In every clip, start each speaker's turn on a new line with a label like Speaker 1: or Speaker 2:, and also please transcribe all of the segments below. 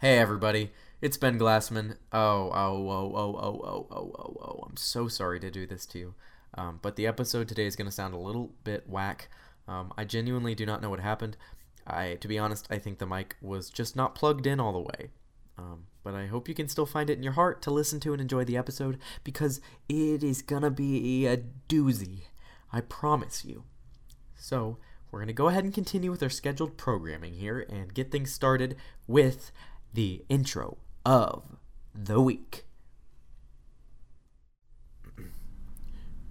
Speaker 1: Hey everybody, it's Ben Glassman. Oh, oh, oh, oh, oh, oh, oh, oh, oh. I'm so sorry to do this to you. Um, but the episode today is going to sound a little bit whack. Um, I genuinely do not know what happened. I, to be honest, I think the mic was just not plugged in all the way. Um, but I hope you can still find it in your heart to listen to and enjoy the episode because it is gonna be a doozy. I promise you. So, we're going to go ahead and continue with our scheduled programming here and get things started with the intro of the week.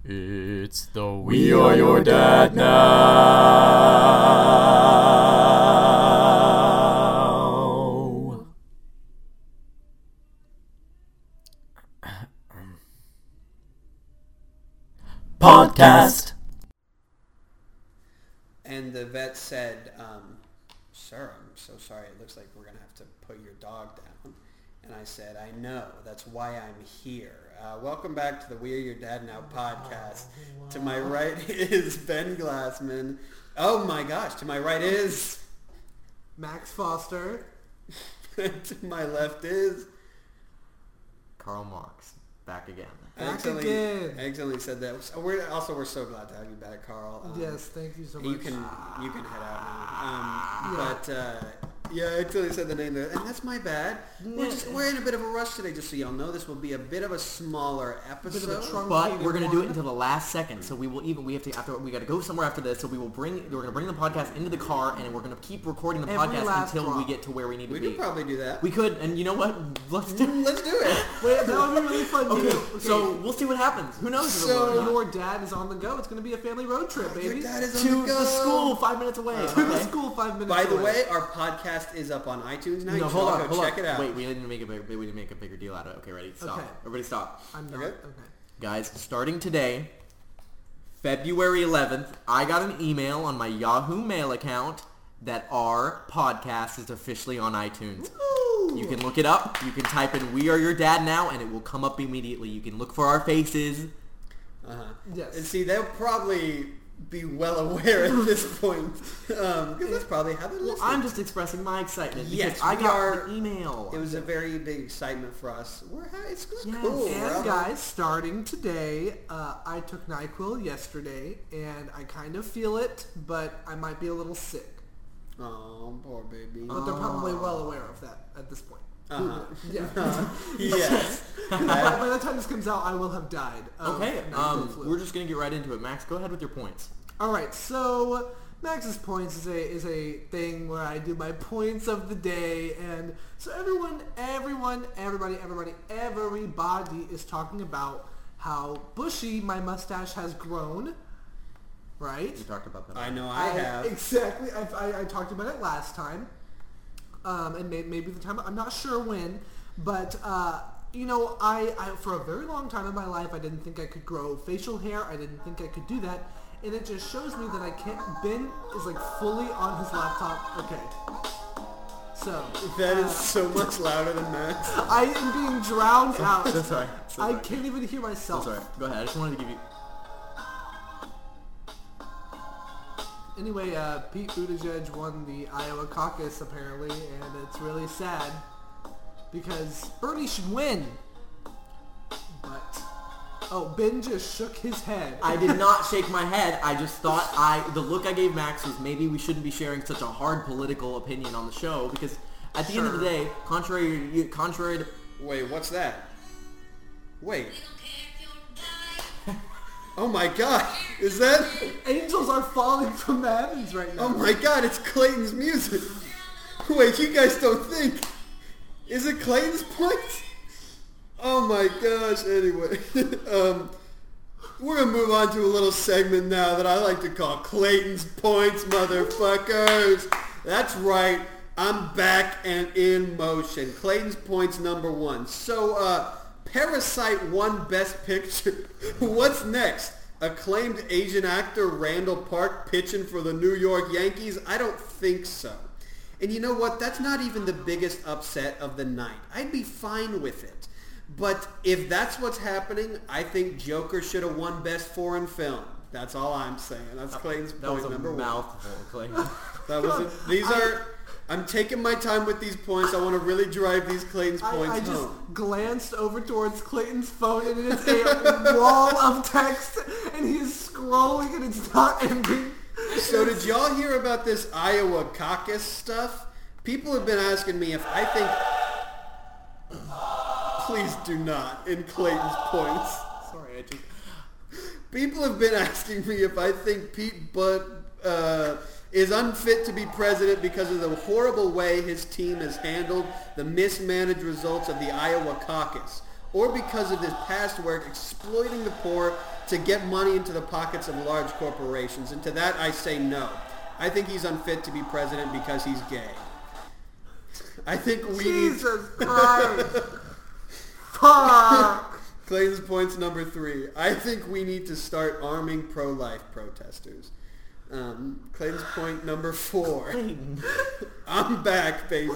Speaker 1: It's the We Are Your Dad Now. Podcast.
Speaker 2: And the vet said, um, "Sir, I'm so sorry. It looks like we're gonna have to put your dog down." And I said, "I know. That's why I'm here. Uh, welcome back to the We Are Your Dad Now podcast. To my right is Ben Glassman. Oh my gosh! To my right is,
Speaker 3: Max Foster.
Speaker 2: to my left is.
Speaker 4: Karl Marx back again.
Speaker 2: I
Speaker 3: Back
Speaker 2: accidentally-
Speaker 3: again.
Speaker 2: I accidentally said that. So we're also we're so glad to have you back, Carl. Um,
Speaker 3: Yes, thank you so much.
Speaker 2: You can you can head out now. Um, But uh, yeah, I totally said the name there, and that's my bad. We're just we're in a bit of a rush today, just so y'all know. This will be a bit of a smaller episode.
Speaker 3: trunk-
Speaker 4: But we're gonna do it
Speaker 3: One.
Speaker 4: until the last second, so we will even we have to after we gotta go somewhere after this, so we will bring we're gonna bring the podcast into the car and we're gonna keep recording the
Speaker 3: Every
Speaker 4: podcast
Speaker 3: last
Speaker 4: until we
Speaker 3: drop.
Speaker 4: get to where we need
Speaker 2: we
Speaker 4: to
Speaker 2: could
Speaker 4: be.
Speaker 2: probably do that.
Speaker 4: we could, and you know what? Let's do.
Speaker 2: Let's do it.
Speaker 3: Wait, that would be really fun. to
Speaker 4: Okay,
Speaker 3: do. okay,
Speaker 4: so we'll see what happens. Who knows? if it'll
Speaker 2: So-
Speaker 4: work or not.
Speaker 3: your dad is on the go. It's gonna be a family road trip,
Speaker 2: Your
Speaker 3: baby.
Speaker 2: dad is on
Speaker 4: to
Speaker 2: the, go.
Speaker 4: the school five minutes away.
Speaker 3: to the
Speaker 4: Uh, okay?
Speaker 3: school five minutes.
Speaker 2: By the
Speaker 3: away.
Speaker 2: way, our podcast is up on iTunes now. you
Speaker 4: No,
Speaker 2: should
Speaker 4: hold
Speaker 2: all
Speaker 4: on,
Speaker 2: go
Speaker 4: hold
Speaker 2: check
Speaker 4: on.
Speaker 2: it out.
Speaker 4: Wait, we didn't make a big, we didn't make a bigger deal out of it. Okay, ready? Stop.
Speaker 3: Okay.
Speaker 4: Everybody, stop.
Speaker 3: I'm not.
Speaker 2: Okay.
Speaker 3: Okay.
Speaker 4: Guys, starting today, February 11th, I got an email on my Yahoo Mail account that our podcast is officially on iTunes. You can look it up. You can type in "We Are Your Dad Now" and it will come up immediately. You can look for our faces.
Speaker 2: Uh-huh.
Speaker 3: Yes.
Speaker 2: And see, they'll probably be well aware at this point, because that's probably how they listen.
Speaker 4: I'm just expressing my excitement because
Speaker 2: Yes,
Speaker 4: I
Speaker 2: we
Speaker 4: got
Speaker 2: are-
Speaker 4: an email.
Speaker 2: It was a very big excitement for us. We're ha- it's, it's
Speaker 4: Yes.
Speaker 2: cool.
Speaker 4: And
Speaker 2: We're all-
Speaker 3: And guys, starting today, uh, I took Nyquil yesterday, and I kind of feel it, but I might be a little sick.
Speaker 2: Oh, poor baby.
Speaker 3: But they're
Speaker 4: Oh.
Speaker 3: probably well aware of that at this point.
Speaker 2: Uh-huh.
Speaker 3: Yeah.
Speaker 2: yes.
Speaker 3: by,
Speaker 2: I-
Speaker 3: by the time this comes out, I will have died. of
Speaker 4: okay,
Speaker 3: Nyquil
Speaker 4: um,
Speaker 3: flu.
Speaker 4: we're just gonna get right into it. Max, go ahead with your points.
Speaker 3: All right, so Max's points is a is a thing where I do my points of the day, and so everyone, everyone, everybody, everybody, everybody is talking about how bushy my mustache has grown, right?
Speaker 4: We talked about that.
Speaker 2: I know I have.
Speaker 3: exactly. I, I, I talked about it last time, um, and may, maybe the time I'm not sure when, but uh, you know, I, I for a very long time in my life I didn't think I could grow facial hair. I didn't think I could do that, and it just shows me that I can't. Ben is like fully on his laptop. Okay, so uh,
Speaker 2: That is so much louder than that.
Speaker 3: I am being drowned out.
Speaker 4: So sorry. So
Speaker 3: I
Speaker 4: sorry.
Speaker 3: can't even hear
Speaker 4: So
Speaker 3: myself.
Speaker 4: sorry. Go ahead. I just wanted to give you.
Speaker 3: Anyway, uh, Pete Buttigieg won the Iowa caucus apparently, and it's really sad because Bernie should win. But oh, Ben just shook his head.
Speaker 4: I did not shake my head. I just thought I the look I gave Max was maybe we shouldn't be sharing such a hard political opinion on the show because at the end of the day, contrary to- contrary to
Speaker 2: Wait, what's that? Wait. Oh my god. Is that?
Speaker 3: Angels are falling from the heavens right now.
Speaker 2: Oh my god, it's Clayton's music. Wait, you guys don't think. Is it Clayton's point? Oh my gosh, anyway. um, we're gonna move on to a little segment now that I like to call Clayton's Points, motherfuckers. That's right, I'm back and in motion. Clayton's Points number one. So, uh, Parasite won Best Picture. What's next? Acclaimed Asian actor Randall Park pitching for the New York Yankees? I don't think so. And you know what? That's not even the biggest upset of the night. I'd be fine with it. But if that's what's happening, I think Joker should have won Best Foreign Film. That's all I'm saying. That's Clayton's
Speaker 4: that was
Speaker 2: point
Speaker 4: a
Speaker 2: number one.
Speaker 4: mouthful. Clay.
Speaker 2: That was a, these are I'm taking my time with these points. I want to really drive these Clayton's
Speaker 3: I,
Speaker 2: points
Speaker 3: I just
Speaker 2: home.
Speaker 3: glanced over towards Clayton's phone and it is a wall of text and he's scrolling and it's not ending.
Speaker 2: So did y'all hear about this Iowa caucus stuff? People have been asking me if I think... Please do not in Clayton's points.
Speaker 4: Sorry, I just...
Speaker 2: People have been asking me if I think Pete Butt uh, is unfit to be president because of the horrible way his team has handled the mismanaged results of the Iowa caucus, or because of his past work exploiting the poor to get money into the pockets of large corporations. And to that I say no. I think he's unfit to be president because he's gay. I think we need
Speaker 3: Jesus Christ. Fuck.
Speaker 2: Clayton's points number three. I think we need to start arming pro-life protesters. Um, Clayton's point number four. I'm back, baby.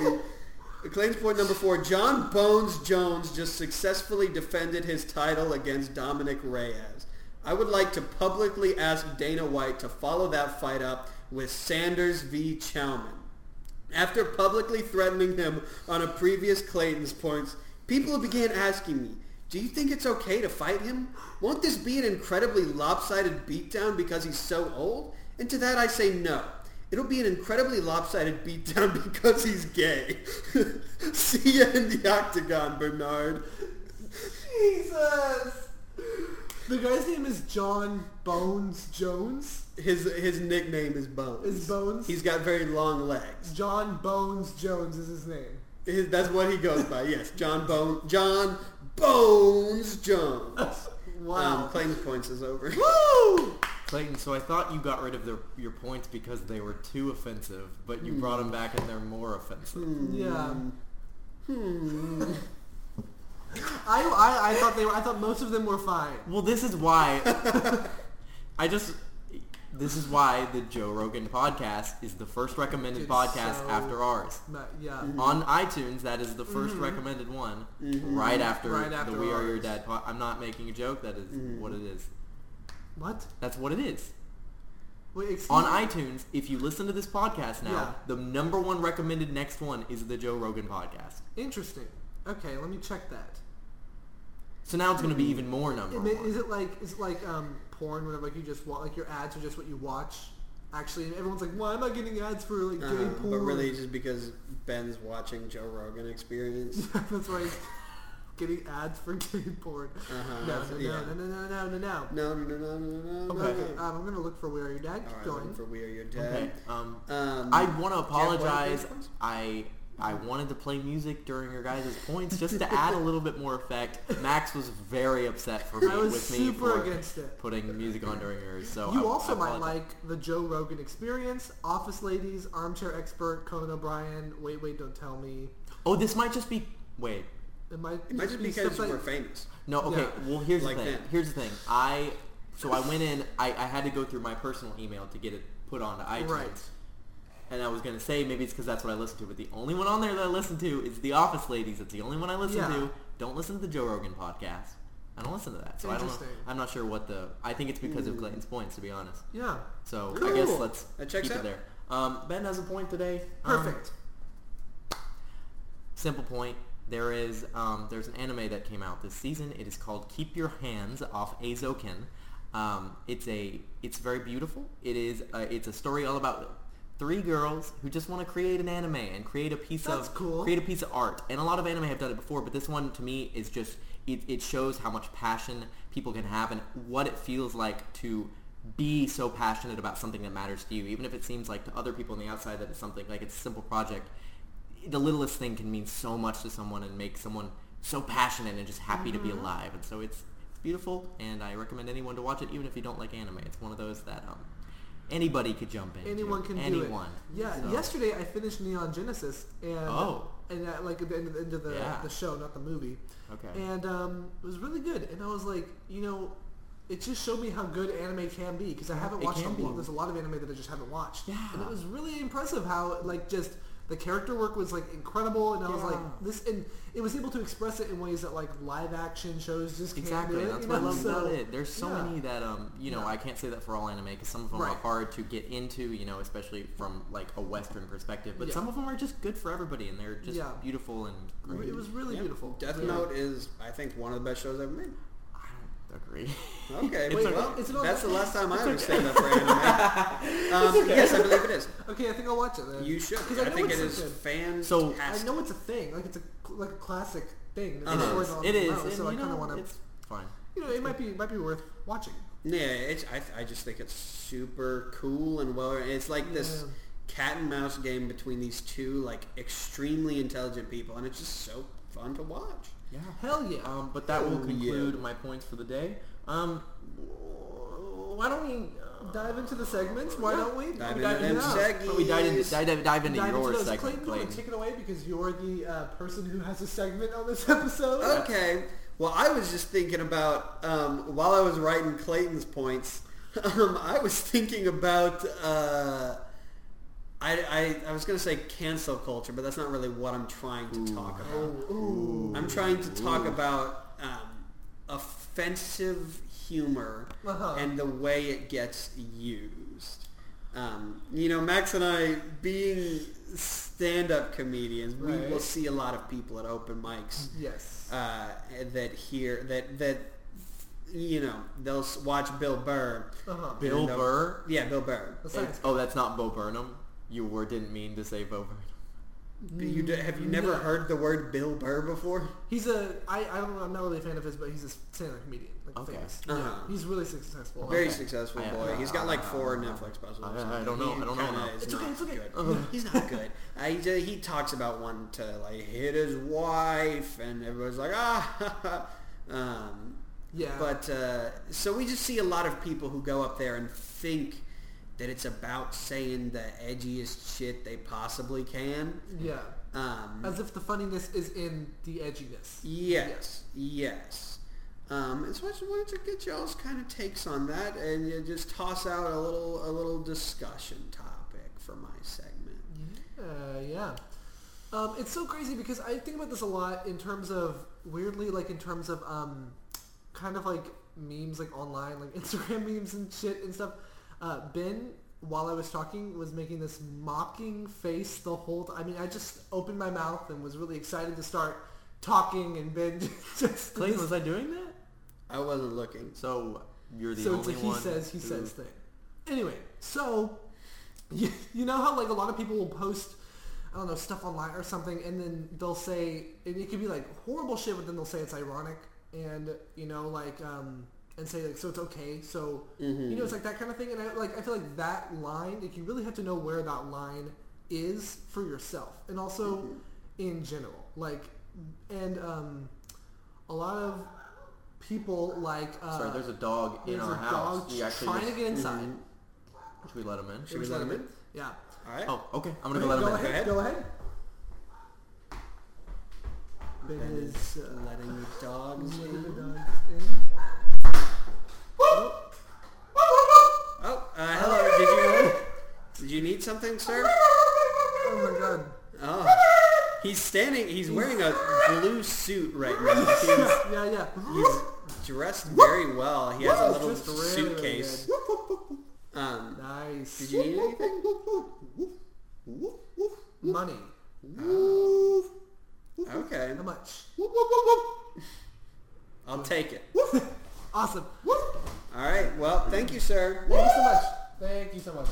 Speaker 2: Clayton's point number four. John Bones Jones just successfully defended his title against Dominic Reyes. I would like to publicly ask Dana White to follow that fight up with Sanders v. Chowman. After publicly threatening him on a previous Clayton's points, people began asking me, do you think it's okay to fight him? Won't this be an incredibly lopsided beatdown because he's so old? And to that I say no. It'll be an incredibly lopsided beatdown because he's gay. See ya in the octagon, Bernard.
Speaker 3: Jesus. The guy's name is John Bones Jones.
Speaker 2: His his nickname is Bones.
Speaker 3: Is Bones?
Speaker 2: He's got very long legs.
Speaker 3: John Bones Jones is his name.
Speaker 2: His- that's what he goes by. Yes, John Bone John Bones Jones.
Speaker 3: Wow.
Speaker 2: Um, claims points is over.
Speaker 3: Woo!
Speaker 4: Clayton, so I thought you got rid of their, your points because they were too offensive, but you brought them back and they're more offensive.
Speaker 3: Yeah. Hmm. I, I, I thought they were, I thought most of them were fine.
Speaker 4: Well, this is why I just this is why the Joe Rogan podcast is the first recommended
Speaker 3: It's
Speaker 4: podcast
Speaker 3: so-
Speaker 4: after ours.
Speaker 3: But yeah.
Speaker 4: On iTunes, that is the 1st recommended one, right after
Speaker 3: Mm-hmm. Right
Speaker 4: the
Speaker 3: after
Speaker 4: We Are Your
Speaker 3: ours. Mm-hmm.
Speaker 4: Dad. Po- I'm not making a joke. That is what it is.
Speaker 3: What?
Speaker 4: That's what it is.
Speaker 3: Wait, excuse
Speaker 4: On
Speaker 3: me?
Speaker 4: iTunes, if you listen to this podcast now,
Speaker 3: Yeah.
Speaker 4: the number one recommended next one is the Joe Rogan podcast.
Speaker 3: Interesting. Okay, let me check that.
Speaker 4: So now it's going to be even more
Speaker 3: Mm-hmm. It
Speaker 4: number
Speaker 3: ma-
Speaker 4: one.
Speaker 3: Is it like is it like um, porn where like you just want like your ads are just what you watch? Actually, and everyone's like, why am I getting ads for like gay
Speaker 2: Um,
Speaker 3: porn?
Speaker 2: but really, just because Ben's watching Joe Rogan Experience.
Speaker 3: that's why he's getting ads for gay porn.
Speaker 2: Uh-huh,
Speaker 3: No, no, no,
Speaker 2: yeah.
Speaker 3: no, no, no, no, no, no.
Speaker 2: No, no, no, no, no, no.
Speaker 4: Okay.
Speaker 2: no.
Speaker 3: Um, I'm gonna look for where your dad
Speaker 2: All right,
Speaker 3: going.
Speaker 2: looking for We Are Your
Speaker 4: Okay.
Speaker 2: Dad.
Speaker 4: Um,
Speaker 2: Um,
Speaker 4: I want to
Speaker 2: one of
Speaker 4: apologize.
Speaker 2: those ones?
Speaker 4: I I wanted to play music during your guys' points just to add a little bit more effect. Max was very upset for me
Speaker 3: I was
Speaker 4: with me
Speaker 3: super
Speaker 4: for
Speaker 3: against it.
Speaker 4: putting music on during yours.
Speaker 2: Oh,
Speaker 4: So
Speaker 3: You
Speaker 4: I-
Speaker 3: also
Speaker 4: I
Speaker 3: might
Speaker 4: apologize.
Speaker 3: like the Joe Rogan Experience, Office Ladies, Armchair Expert, Conan O'Brien. Wait, wait, don't tell me.
Speaker 4: Oh, this might just be. Wait.
Speaker 3: It might,
Speaker 2: it might just be
Speaker 3: stuff
Speaker 2: because
Speaker 3: like-
Speaker 2: we're famous.
Speaker 4: No. Okay.
Speaker 3: Yeah.
Speaker 4: Well, here's
Speaker 2: Like
Speaker 4: the thing.
Speaker 2: that.
Speaker 4: Here's the thing. I so I went in. I, I had to go through my personal email to get it put onto iTunes.
Speaker 3: Right.
Speaker 4: And I was gonna say maybe it's because that's what I listen to, but the only one on there that I listen to is The Office Ladies. It's the only one I listen
Speaker 3: Yeah.
Speaker 4: to. Don't listen to the Joe Rogan podcast. I don't listen to that, so I don't. Know,
Speaker 3: Interesting.
Speaker 4: I'm not sure what the. I think it's because of Clayton's points, to be honest.
Speaker 3: Yeah,
Speaker 4: So I
Speaker 3: Cool.
Speaker 4: guess let's
Speaker 2: That checks
Speaker 4: keep it
Speaker 2: out.
Speaker 4: there. Um, ben has a point today. Um,
Speaker 3: perfect.
Speaker 4: simple point. There is um, there's an anime that came out this season. It is called Keep Your Hands Off Azoken. Um, it's a it's very beautiful. It is uh it's a story all about three girls who just want to create an anime and create a piece
Speaker 3: That's
Speaker 4: of
Speaker 3: cool.
Speaker 4: create a piece of art. And a lot of anime have done it before, but this one to me is just it, it shows how much passion people can have and what it feels like to be so passionate about something that matters to you, even if it seems like to other people on the outside that it's something like it's a simple project the littlest thing can mean so much to someone and make someone so passionate and just happy to be
Speaker 3: Mm-hmm.
Speaker 4: alive. And so it's it's beautiful, and I recommend anyone to watch it, even if you don't like anime. It's one of those that um, anybody could jump in.
Speaker 3: Anyone can
Speaker 4: anyone.
Speaker 3: do it. Yeah.
Speaker 4: So-
Speaker 3: Yesterday I finished Neon Genesis, and
Speaker 4: Oh.
Speaker 3: and at, like at the end of the, end of the,
Speaker 4: Yeah.
Speaker 3: the show, not the movie.
Speaker 4: Okay.
Speaker 3: And um, it was really good, and I was like, you know, it just showed me how good anime can be because I haven't
Speaker 4: It
Speaker 3: watched a
Speaker 4: can
Speaker 3: lot.
Speaker 4: be.
Speaker 3: There's a lot of anime that I just haven't watched,
Speaker 4: Yeah.
Speaker 3: and it was really impressive how like just The character work was like incredible, and I was
Speaker 4: Yeah.
Speaker 3: like this, and it was able to express it in ways that like live action shows just can't
Speaker 4: Exactly,
Speaker 3: do it,
Speaker 4: that's
Speaker 3: you
Speaker 4: what I
Speaker 3: know?
Speaker 4: love
Speaker 3: So,
Speaker 4: about it. There's so
Speaker 3: yeah.
Speaker 4: many that um, you know, I can't say that for all anime because some of them are
Speaker 3: Right.
Speaker 4: hard to get into, you know, especially from like a Western perspective. But
Speaker 3: Yeah.
Speaker 4: some of them are just good for everybody, and they're just
Speaker 3: Yeah.
Speaker 4: beautiful and great.
Speaker 3: It was really
Speaker 2: Yeah.
Speaker 3: beautiful.
Speaker 2: Death
Speaker 3: Yeah.
Speaker 2: Note is, I think, one of the best shows ever made.
Speaker 4: I don't agree.
Speaker 2: Okay,
Speaker 3: Wait,
Speaker 2: well,
Speaker 3: is it on
Speaker 2: that's the
Speaker 3: Netflix?
Speaker 2: last time I ever stand up for anime. Um, Yes, I believe it is.
Speaker 3: Okay, I think I'll watch it then.
Speaker 2: You should.
Speaker 3: 'Cause
Speaker 2: I,
Speaker 3: know
Speaker 2: think it
Speaker 3: it's
Speaker 2: is
Speaker 3: good.
Speaker 2: fantastic.
Speaker 4: So-
Speaker 3: I know it's a thing. Like it's a like a classic thing. that's
Speaker 2: Uh-huh.
Speaker 3: been
Speaker 4: It
Speaker 3: going
Speaker 4: is.
Speaker 3: on
Speaker 4: It
Speaker 3: for a
Speaker 4: is.
Speaker 3: while,
Speaker 4: and,
Speaker 3: so I
Speaker 4: you
Speaker 3: kind
Speaker 4: know,
Speaker 3: of want to.
Speaker 4: It's fine.
Speaker 3: You know, it might be might be worth watching.
Speaker 2: Yeah, it's, I, I just think it's super cool and well. It's like this
Speaker 3: Yeah.
Speaker 2: cat and mouse game between these two like extremely intelligent people, and it's just so fun to watch.
Speaker 4: Yeah.
Speaker 3: Hell yeah.
Speaker 4: Um, but that will
Speaker 2: Oh, yeah.
Speaker 4: conclude my points for the day. Um, why don't we uh,
Speaker 3: dive into the segments. Why don't we?
Speaker 2: Dive
Speaker 3: we
Speaker 2: into
Speaker 3: dive
Speaker 2: them
Speaker 3: into-
Speaker 2: segments.
Speaker 4: But we dive into dive, dive, dive into
Speaker 3: dive
Speaker 4: your
Speaker 3: into those.
Speaker 4: segment,
Speaker 3: Clayton, do you want
Speaker 4: Clayton.
Speaker 3: to take it away because you're the uh, person who has a segment on this episode.
Speaker 2: Okay. Well, I was just thinking about um, while I was writing Clayton's points. Um, I was thinking about uh, I, I I was gonna say cancel culture, but that's not really what I'm trying to talk about.
Speaker 3: Oh,
Speaker 2: I'm trying to talk about um, offensive humor
Speaker 3: Uh-huh.
Speaker 2: and the way it gets used. Um, you know, Max and I, being stand-up comedians, we
Speaker 3: Right.
Speaker 2: will see a lot of people at open mics
Speaker 3: Yes.
Speaker 2: uh, that hear that that you know they'll s- watch Bill Burr.
Speaker 3: Uh-huh.
Speaker 4: Bill
Speaker 2: And they'll-
Speaker 4: Burr?
Speaker 2: Yeah, Bill Burr.
Speaker 3: That's nice.
Speaker 4: Oh, that's not Bo Burnham. You were didn't mean to say Bo Burnham.
Speaker 2: Do uh, you, d- have you never heard the word Bill Burr before?
Speaker 3: Mm, He's a I I don't know, I'm not really a fan of his, but he's a stand-up comedian. Like
Speaker 4: Okay.
Speaker 3: famous.
Speaker 2: Uh-huh.
Speaker 3: He's really successful.
Speaker 2: Very
Speaker 4: Okay.
Speaker 2: successful
Speaker 4: I-
Speaker 2: boy.
Speaker 4: I-
Speaker 2: He's got like four
Speaker 4: I-
Speaker 2: Netflix specials. or
Speaker 4: I- I
Speaker 2: something.
Speaker 4: don't know.
Speaker 2: He
Speaker 4: I don't know
Speaker 2: kinda
Speaker 4: now.
Speaker 2: is
Speaker 3: It's okay,
Speaker 2: not
Speaker 3: it's okay.
Speaker 2: good.
Speaker 4: Ugh.
Speaker 2: He's not good. I, he ju- he talks about one to like hit his wife, and everyone's like ah. um,
Speaker 3: Yeah.
Speaker 2: But uh, so we just see a lot of people who go up there and think that it's about saying the edgiest shit they possibly can.
Speaker 3: yeah.
Speaker 2: Um,
Speaker 3: As if the funniness is in the edginess.
Speaker 2: yes, yes. Um, and so I just wanted to get y'all's kind of takes on that, and you just toss out a little a little discussion topic for my segment.
Speaker 3: Uh, yeah. Um, it's so crazy because I think about this a lot in terms of weirdly, like in terms of um, kind of like memes, like online, like Instagram memes and shit and stuff. Uh, ben, while I was talking, was making this mocking face the whole. T- I mean, I just opened my mouth and was really excited to start talking, and Ben just
Speaker 4: Clayton, was I doing that?
Speaker 2: I wasn't looking.
Speaker 4: So you're the
Speaker 3: so it's
Speaker 4: only
Speaker 3: a he
Speaker 4: one.
Speaker 3: says he
Speaker 4: who-
Speaker 3: says thing. Anyway, so you, you know how like a lot of people will post I don't know stuff online or something, and then they'll say and it could be like horrible shit, but then they'll say it's ironic, and you know like um and say like so it's okay. So you
Speaker 4: Mm-hmm.
Speaker 3: know it's like that kind of thing, and I like I feel like that line like you really have to know where that line is for yourself, and also
Speaker 4: Mm-hmm.
Speaker 3: in general like and um a lot of people like uh,
Speaker 4: Sorry, there's a dog in
Speaker 3: there's
Speaker 4: our
Speaker 3: a
Speaker 4: house.
Speaker 3: dog
Speaker 4: we actually
Speaker 3: trying
Speaker 4: just-
Speaker 3: to get inside.
Speaker 4: should we let him in?
Speaker 2: Should we let him in?
Speaker 3: Yeah.
Speaker 2: All right.
Speaker 4: Oh, okay. I'm gonna go let him
Speaker 3: go,
Speaker 4: in.
Speaker 3: ahead, go ahead. Ben
Speaker 2: Ben
Speaker 3: is
Speaker 2: is
Speaker 3: uh,
Speaker 2: letting the dogs
Speaker 3: letting the
Speaker 2: in.
Speaker 3: dogs in.
Speaker 2: Oh, uh, hello. Did you did you need something, sir?
Speaker 3: Oh my god.
Speaker 2: Oh. He's standing. He's wearing a blue suit right now.
Speaker 3: Yeah, yeah.
Speaker 2: He's, he's dressed very well. He has a little
Speaker 3: Just really, really
Speaker 2: suitcase. Um,
Speaker 3: Nice.
Speaker 2: did you need anything?
Speaker 3: Money. Ah.
Speaker 2: Okay,
Speaker 3: How much?
Speaker 2: I'll take it.
Speaker 3: Awesome.
Speaker 2: All right. Well, thank you, sir.
Speaker 3: Thank you so much. Thank you so much.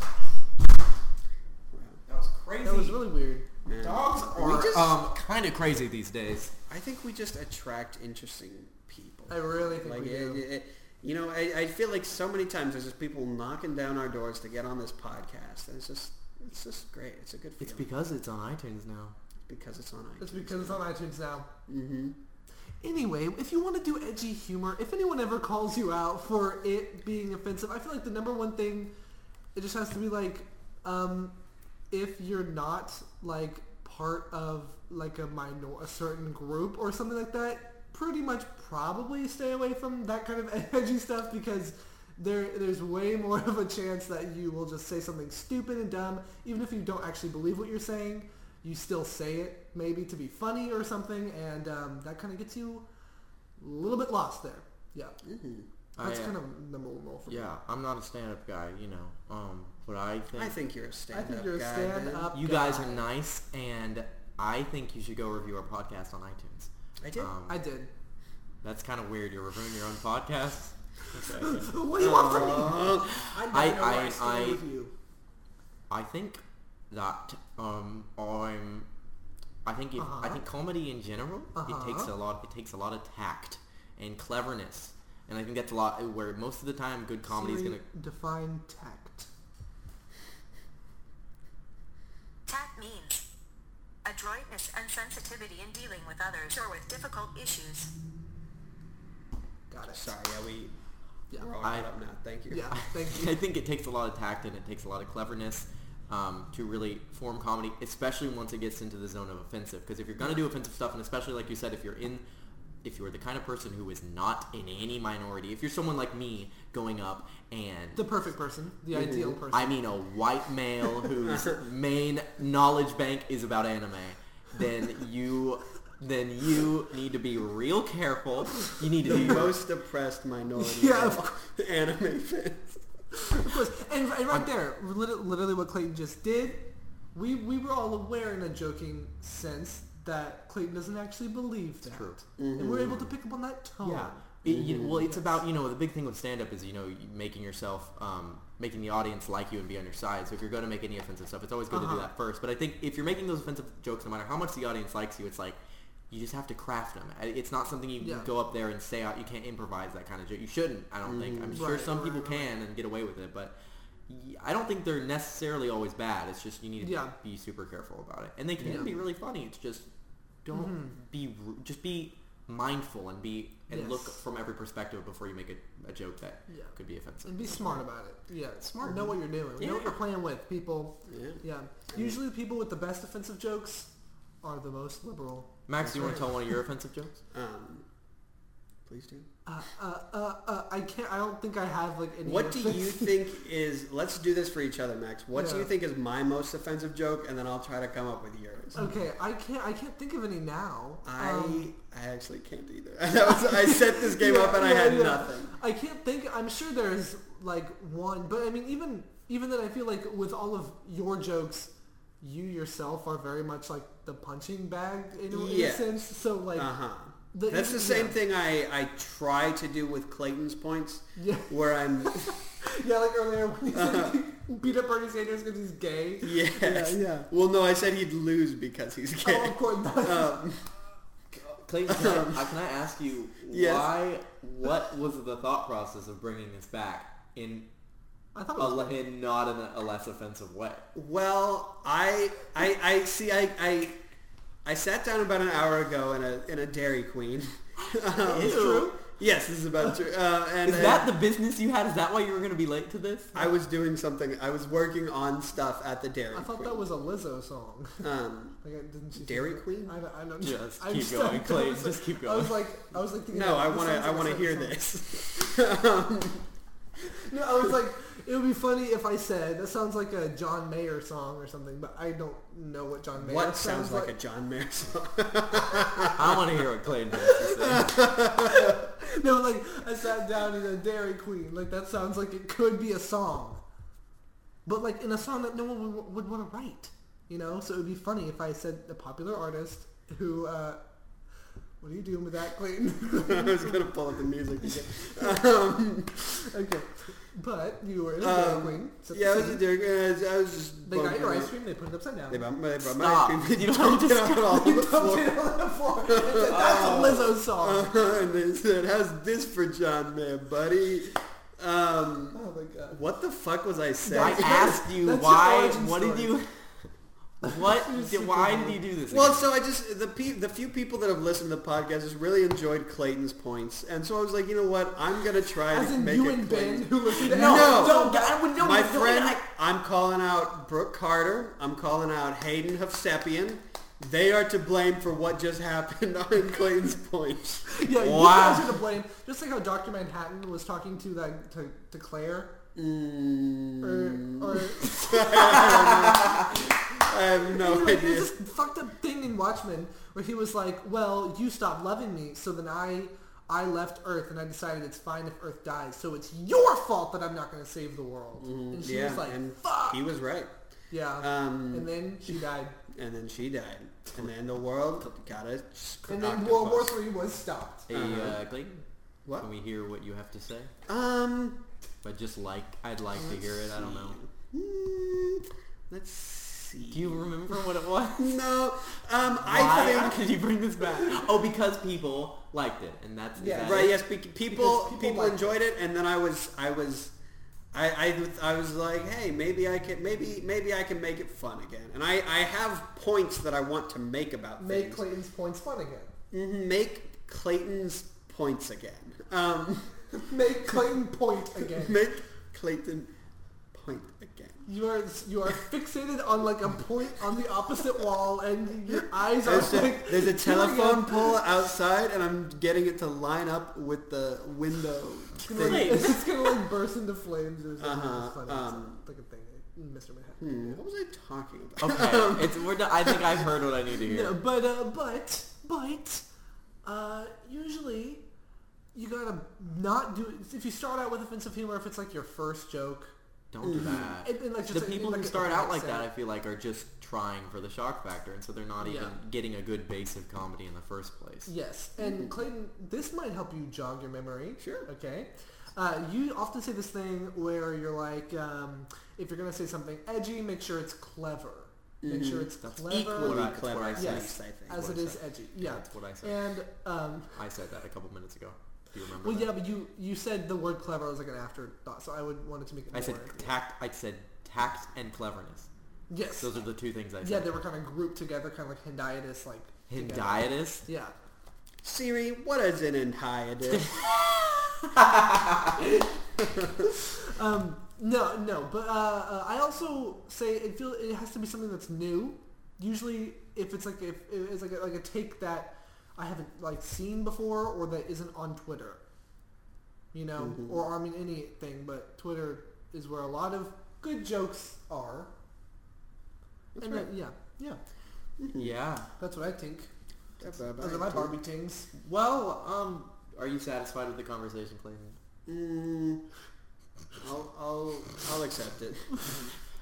Speaker 4: That was crazy.
Speaker 3: That was really weird.
Speaker 4: Dogs are
Speaker 2: just-
Speaker 4: um kind of crazy these days.
Speaker 2: I think we just attract interesting people.
Speaker 3: I really think
Speaker 2: like
Speaker 3: we
Speaker 2: it,
Speaker 3: do.
Speaker 2: it- you know, I, I feel like so many times there's just people knocking down our doors to get on this podcast, and it's just it's just great. It's a good feeling
Speaker 4: It's because it's on iTunes now.
Speaker 2: because it's on iTunes.
Speaker 3: It's because it's on iTunes now.
Speaker 2: Mm-hmm.
Speaker 3: Anyway, if you want to do edgy humor, if anyone ever calls you out for it being offensive, I feel like the number one thing it just has to be like um, if you're not like part of like a minor a certain group or something like that, pretty much probably stay away from that kind of edgy stuff because there there's way more of a chance that you will just say something stupid and dumb, even if you don't actually believe what you're saying. you still say it maybe to be funny or something, and um, that kind of gets you a little bit lost there. Yeah,
Speaker 2: Mm-hmm.
Speaker 3: that's
Speaker 4: I, uh,
Speaker 3: kind of number one rule for me.
Speaker 4: Yeah, I'm not a stand-up guy, you know. Um, but I think,
Speaker 2: I think you're a
Speaker 3: I
Speaker 2: stand-up
Speaker 3: think you're a
Speaker 2: guy. man.
Speaker 3: stand-up.
Speaker 4: you
Speaker 3: guy.
Speaker 4: guys are nice, and I think you should go review our podcast on iTunes.
Speaker 2: I did.
Speaker 4: Um,
Speaker 3: I did.
Speaker 4: that's kind of weird. You're reviewing your own podcast. Okay.
Speaker 3: what do you want from me?
Speaker 2: Uh,
Speaker 3: I,
Speaker 4: I-
Speaker 3: know where
Speaker 4: I-
Speaker 3: stand
Speaker 4: I-
Speaker 3: with you.
Speaker 4: I think that um, I'm. I think it, I
Speaker 3: Uh-huh.
Speaker 4: think comedy in general
Speaker 3: Uh-huh.
Speaker 4: it takes a lot. It takes a lot of tact and cleverness, and I think that's a lot where most of the time good comedy is
Speaker 3: Siri,
Speaker 4: gonna.
Speaker 3: define tact.
Speaker 5: Tact means adroitness and sensitivity in dealing with others or with difficult issues.
Speaker 3: Got it.
Speaker 2: sorry, yeah, we
Speaker 3: Yeah.
Speaker 2: we're all
Speaker 4: I-
Speaker 2: caught up now. Thank you.
Speaker 3: Yeah. Thank you.
Speaker 4: I think it takes a lot of tact and it takes a lot of cleverness um, to really form comedy, especially once it gets into the zone of offensive. Because if you're gonna do offensive stuff, and especially like you said, if you're in, if you're the kind of person who is not in any minority, if you're someone like me going up and
Speaker 3: The perfect person. The ideal person.
Speaker 4: Mm-hmm. I mean a white male whose main knowledge bank is about anime, then you then you need to be real careful. You need to
Speaker 2: The
Speaker 4: do your
Speaker 2: most oppressed minority.
Speaker 3: Yeah, of
Speaker 2: of anime fans.
Speaker 3: Of course. And, and right there, lit- literally what Clayton just did, we, we were all aware in a joking sense that Clayton doesn't actually believe that.
Speaker 4: true. Mm-hmm.
Speaker 3: And we're able to pick up on that tone.
Speaker 4: Yeah. It, you, well, it's about you know the big thing with stand up is you know you- making yourself um, making the audience like you and be on your side. So if you're going to make any offensive stuff, it's always good to do
Speaker 3: Uh-huh.
Speaker 4: that first. But I think if you're making those offensive jokes, no matter how much the audience likes you, it's like you just have to craft them. I- It's not something you
Speaker 3: Yeah.
Speaker 4: go up there and say out. You can't improvise that kind of joke. You shouldn't. I don't think. I'm sure
Speaker 3: Right,
Speaker 4: some people
Speaker 3: right, right.
Speaker 4: can and get away with it, but y- I don't think they're necessarily always bad. It's just you need to
Speaker 3: Yeah.
Speaker 4: be super careful about it, and they can
Speaker 3: Yeah. Mm-hmm.
Speaker 4: be really funny. It's just don't be ru- just be mindful and be and
Speaker 3: Yes.
Speaker 4: look from every perspective before you make a, a joke that
Speaker 3: Yeah.
Speaker 4: could be offensive.
Speaker 3: And be smart about it. Yeah.
Speaker 2: Smart.
Speaker 4: Mm-hmm.
Speaker 3: Know what you're doing. Know what you're playing with, people.
Speaker 2: Yeah.
Speaker 3: Yeah. Usually the people with the best offensive jokes are the most liberal.
Speaker 4: Max, do you want to tell one of your offensive jokes?
Speaker 2: Um, please do.
Speaker 3: Uh, uh, uh, uh, I can't, I don't think I have like any
Speaker 2: What do
Speaker 3: offensive-
Speaker 2: you think is? Let's do this for each other, Max. What do
Speaker 3: Yeah.
Speaker 2: you think is my most offensive joke, and then I'll try to come up with yours.
Speaker 3: Okay, I can't, I can't think of any now.
Speaker 2: I
Speaker 3: Um,
Speaker 2: I actually can't either. That was- I set this game
Speaker 3: Yeah,
Speaker 2: up and I
Speaker 3: yeah,
Speaker 2: had
Speaker 3: yeah.
Speaker 2: nothing.
Speaker 3: I can't think. I'm sure there's like one, but I mean, even even then, I feel like with all of your jokes, you yourself are very much like the punching bag in, a- in a
Speaker 2: Yeah.
Speaker 3: sense. So like,
Speaker 2: Uh huh.
Speaker 3: The-
Speaker 2: That's the
Speaker 3: yeah.
Speaker 2: same thing I, I try to do with Clayton's points,
Speaker 3: Yeah.
Speaker 2: where I'm
Speaker 3: yeah, like earlier when you said
Speaker 2: Uh-huh.
Speaker 3: he beat up Bernie Sanders because he's gay.
Speaker 2: yes.
Speaker 3: Yeah, yeah.
Speaker 2: Well, no, I said he'd lose because he's gay.
Speaker 3: Oh, of course.
Speaker 2: Um,
Speaker 4: Clayton, can I, uh, can I ask you
Speaker 2: Yes.
Speaker 4: why? What was the thought process of bringing this back in
Speaker 3: I thought it
Speaker 4: a,
Speaker 3: was
Speaker 4: le- in not in a, a less offensive way?
Speaker 2: well, I I I see. I I I sat down about an hour ago in a in a Dairy Queen. Um,
Speaker 4: It's true?
Speaker 2: Yes, this is
Speaker 3: Oh.
Speaker 2: about true. Uh, and
Speaker 4: Is
Speaker 2: I-
Speaker 4: that the business you had? Is that why you were going to be late to this?
Speaker 2: I was doing something. I was working on stuff at the Dairy
Speaker 3: I thought
Speaker 2: Queen.
Speaker 3: that was a Lizzo song.
Speaker 2: Um,
Speaker 3: Like, I didn't she
Speaker 2: Dairy Queen?
Speaker 3: I don't, I don't
Speaker 4: Just
Speaker 3: I'm
Speaker 4: keep
Speaker 3: so-
Speaker 4: going, Clay,
Speaker 3: I was-
Speaker 4: just keep
Speaker 3: I was
Speaker 4: going.
Speaker 3: like, I was like, thinking,
Speaker 2: no, I
Speaker 3: this
Speaker 2: want to.
Speaker 3: sounds
Speaker 2: I
Speaker 3: like a
Speaker 2: want to
Speaker 3: certain
Speaker 2: hear
Speaker 3: song.
Speaker 2: this. Um,
Speaker 3: No, I was like, it would be funny if I said that sounds like a John Mayer song or something, but I don't know what John Mayer
Speaker 2: What sounds like a
Speaker 3: a
Speaker 2: John Mayer song?
Speaker 4: I want to hear what Clayton has to say.
Speaker 3: no. Like I sat down in a Dairy Queen, like that sounds like it could be a song, but like in a song that no one would, would want to write, you know. So it would be funny if I said a popular artist who. uh What are you doing with that, Clayton?
Speaker 2: I was gonna pull up the music. Again.
Speaker 3: okay, but you were in a Dairy Queen.
Speaker 2: Um,
Speaker 3: so
Speaker 2: yeah, I was, a Dairy Queen. I was, I was just.
Speaker 3: They got
Speaker 2: bumping
Speaker 3: your ice
Speaker 2: around.
Speaker 3: cream. They put it upside down.
Speaker 2: They bumped my, they bumped
Speaker 4: Stop.
Speaker 2: my ice cream. They
Speaker 4: You don't
Speaker 2: dumped it out all over the
Speaker 3: dumped
Speaker 2: floor.
Speaker 3: it on the floor. It's a- That's a Lizzo song.
Speaker 2: Uh, and they said, "How's this for John Mayer, buddy?" Um,
Speaker 3: Oh my god.
Speaker 2: what the fuck was I
Speaker 4: I
Speaker 2: saying?
Speaker 4: asked you
Speaker 3: That's your
Speaker 4: why.
Speaker 3: origin
Speaker 4: What did
Speaker 3: story.
Speaker 4: you? What?
Speaker 3: You're
Speaker 4: did,
Speaker 3: super
Speaker 4: why
Speaker 3: weird.
Speaker 4: did you do this?
Speaker 2: Well,
Speaker 4: again?
Speaker 2: so I just the pe- the few people that have listened to the podcast has really enjoyed Clayton's points, and so I was like, you know what, I'm gonna try
Speaker 3: As
Speaker 2: to
Speaker 3: in
Speaker 2: make
Speaker 3: you
Speaker 2: it
Speaker 3: and Ben
Speaker 2: Clayton's-
Speaker 3: who listen to
Speaker 2: No.
Speaker 3: Elvis.
Speaker 4: don't. I would know.
Speaker 2: My
Speaker 4: no,
Speaker 2: friend,
Speaker 4: I-
Speaker 2: I- am calling out Brooke Carter. I'm calling out Hayden Hovsepian. They are to blame for what just happened on Clayton's points.
Speaker 3: Yeah, you
Speaker 4: Wow.
Speaker 3: guys are to blame. Just like how Dr. Manhattan was talking to that to, to Claire. Or, or
Speaker 2: I have no
Speaker 3: Anyway,
Speaker 2: idea.
Speaker 3: There's this fucked up thing in Watchmen where he was like, "Well, you stopped loving me, so then I, I left Earth, and I decided it's fine if Earth dies. So it's your fault that I'm not going to save the world." And she
Speaker 2: Mm-hmm. yeah,
Speaker 3: was like,
Speaker 2: and
Speaker 3: "Fuck."
Speaker 2: he was right.
Speaker 3: yeah.
Speaker 2: um,
Speaker 3: and then she died.
Speaker 2: And then she died. And then the world got a
Speaker 3: And then World War Three was stopped.
Speaker 4: Hey, uh, Clayton,
Speaker 2: What?
Speaker 4: can we hear what you have to say?
Speaker 2: Um,
Speaker 4: But just like, I'd like to hear it. I don't know.
Speaker 2: mm, let's see.
Speaker 4: Do you remember what it was?
Speaker 2: No. Um,
Speaker 4: Why?
Speaker 2: I
Speaker 4: How
Speaker 2: think.
Speaker 4: did you bring this back? Oh, because people liked it, and that's
Speaker 3: Yeah,
Speaker 4: that
Speaker 2: Right.
Speaker 4: it?
Speaker 2: Yes. Be- people.
Speaker 3: people
Speaker 2: People,
Speaker 3: liked
Speaker 2: enjoyed it, and then I was. I was. I, I, I was like, hey, maybe I can maybe maybe I can make it fun again, and I, I have points that I want to make about
Speaker 3: Make
Speaker 2: things.
Speaker 3: Clayton's points fun again.
Speaker 2: Mhm, make Clayton's points again. Um,
Speaker 3: Make Clayton point again.
Speaker 2: make Clayton point again.
Speaker 3: You are you are fixated on like a point on the opposite wall, and your eyes are
Speaker 2: There's a,
Speaker 3: like
Speaker 2: there's a telephone
Speaker 3: telephone
Speaker 2: pole outside, and I'm getting it to line up with the window
Speaker 3: Like,
Speaker 2: thing.
Speaker 3: it's just gonna like burst into flames or something.
Speaker 2: Uh-huh,
Speaker 3: It's funny.
Speaker 2: um,
Speaker 3: it's like a thing, Mr. Manhattan.
Speaker 2: Hmm, what was I talking about?
Speaker 4: Okay, it's, we're done. I think I've heard what I need to hear.
Speaker 3: No, but uh, but but uh, usually you gotta not do if you start out with offensive humor if it's like your first joke.
Speaker 4: Don't do that.
Speaker 3: And- and, like, just
Speaker 4: the
Speaker 3: like-
Speaker 4: people
Speaker 3: like
Speaker 4: who
Speaker 3: a-
Speaker 4: start
Speaker 3: like
Speaker 4: out like
Speaker 3: accent.
Speaker 4: that, I feel like, are just trying for the shock factor, and so they're not even
Speaker 3: Yeah.
Speaker 4: getting a good base of comedy in the first place.
Speaker 3: Yes,
Speaker 4: Hmm.
Speaker 3: and Clayton, this might help you jog your memory.
Speaker 2: Sure.
Speaker 3: Okay. Uh, you often say this thing where you're like, um, if you're gonna say something edgy, make sure it's clever. Make sure it's clever.
Speaker 2: Equally
Speaker 4: Mm-hmm. That's what
Speaker 2: clever,
Speaker 4: Oh, I
Speaker 2: at
Speaker 4: said.
Speaker 2: least, I think.
Speaker 3: as it
Speaker 4: I
Speaker 3: is
Speaker 4: said.
Speaker 3: edgy. Yeah.
Speaker 4: That's what I said.
Speaker 3: And um,
Speaker 4: I said that a couple minutes ago. Do you remember?
Speaker 3: well,
Speaker 4: that?
Speaker 3: yeah, but you you said the word clever was like an afterthought, so I would wanted to make it.
Speaker 4: I said
Speaker 3: more-
Speaker 4: tact. I said tact and cleverness.
Speaker 3: yes.
Speaker 4: Those are the two things I
Speaker 3: yeah,
Speaker 4: said.
Speaker 3: they were kind of grouped together, kind of like Hendiatus, like. together.
Speaker 4: Hendiatus.
Speaker 3: Yeah.
Speaker 2: Siri, what is an endiatus?
Speaker 3: Um. No, no, but uh, uh, I also say it feel it has to be something that's new. Usually, if it's like if it's like a, like a take that I haven't like seen before or that isn't on Twitter, you know, or I mean anything, but Twitter is where a lot of good jokes are. and
Speaker 2: right.
Speaker 3: uh, yeah, yeah,
Speaker 4: Yeah.
Speaker 3: that's what I think. Those are my
Speaker 2: Bye-bye.
Speaker 3: Barbie tings.
Speaker 4: Well, um, are you satisfied with the conversation, Clayton?
Speaker 2: Mm, I'll, I'll, I'll accept it.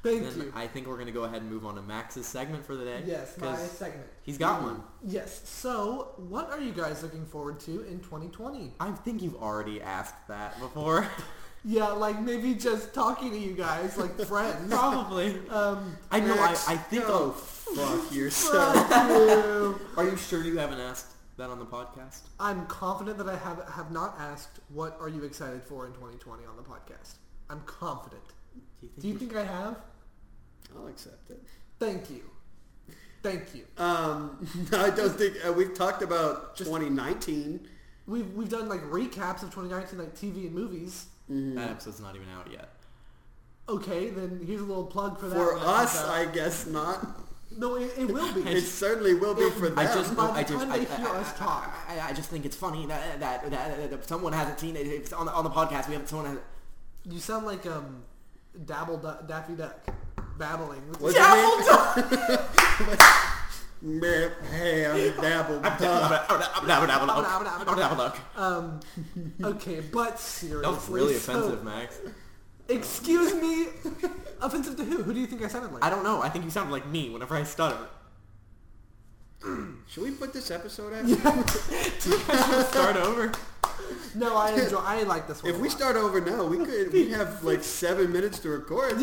Speaker 3: Thank
Speaker 4: Then
Speaker 3: you.
Speaker 4: I think we're gonna go ahead and move on to Max's segment for the day.
Speaker 3: yes, my
Speaker 4: 'cause
Speaker 3: segment.
Speaker 4: He's got one.
Speaker 3: Yes. So, what are you guys looking forward to in 2020?
Speaker 4: I think you've already asked that before.
Speaker 3: Yeah, like maybe just talking to you guys, like friends.
Speaker 4: Probably.
Speaker 3: um,
Speaker 4: I know. I,
Speaker 2: Max,
Speaker 4: I think.
Speaker 2: go
Speaker 4: I'll-
Speaker 2: fuck yourself.
Speaker 3: fuck you.
Speaker 4: Are you sure you haven't asked that on the podcast?
Speaker 3: I'm confident that I have have not asked what are you excited for in 2020 on the podcast. I'm confident.
Speaker 4: Do you think?
Speaker 3: Do you think I have?
Speaker 2: I'll accept it.
Speaker 3: Thank you. Thank you.
Speaker 2: Um, I don't think uh, we've talked about
Speaker 3: Just-
Speaker 2: 2019.
Speaker 3: We've we've done like recaps of 2019, like TV and movies.
Speaker 4: That episode's not even out yet.
Speaker 3: Okay, then here's a little plug for that.
Speaker 2: For
Speaker 3: when that comes
Speaker 2: us,
Speaker 3: out.
Speaker 2: I guess not.
Speaker 3: no, it, it will be.
Speaker 2: It certainly will be for them.
Speaker 4: I just,
Speaker 3: By the
Speaker 4: I just,
Speaker 3: time
Speaker 4: I,
Speaker 3: they hear
Speaker 4: I-
Speaker 3: us
Speaker 4: I-
Speaker 3: talk.
Speaker 4: I, I just think it's funny that that, that, that someone hasn't seen it. It's on the, on the podcast. We haven't someone has.
Speaker 3: You sound like um, Dabble du- Daffy Duck, babbling.
Speaker 2: What's
Speaker 4: Yeah,
Speaker 2: his name? Meh, Ham, dabble,
Speaker 3: Uh,
Speaker 2: uh, duh.
Speaker 3: Um, okay, but seriously.
Speaker 4: That was really
Speaker 3: so-
Speaker 4: offensive, Max.
Speaker 3: Excuse me. offensive to who? Who do you think I sounded like?
Speaker 4: I don't know. I think you sound like me whenever I stutter.
Speaker 2: Should we put this episode out?
Speaker 4: Start over.
Speaker 3: no, I enjoy. I like this one.
Speaker 2: If
Speaker 3: a
Speaker 2: we
Speaker 3: lot.
Speaker 2: start over now, we could we have like seven minutes to record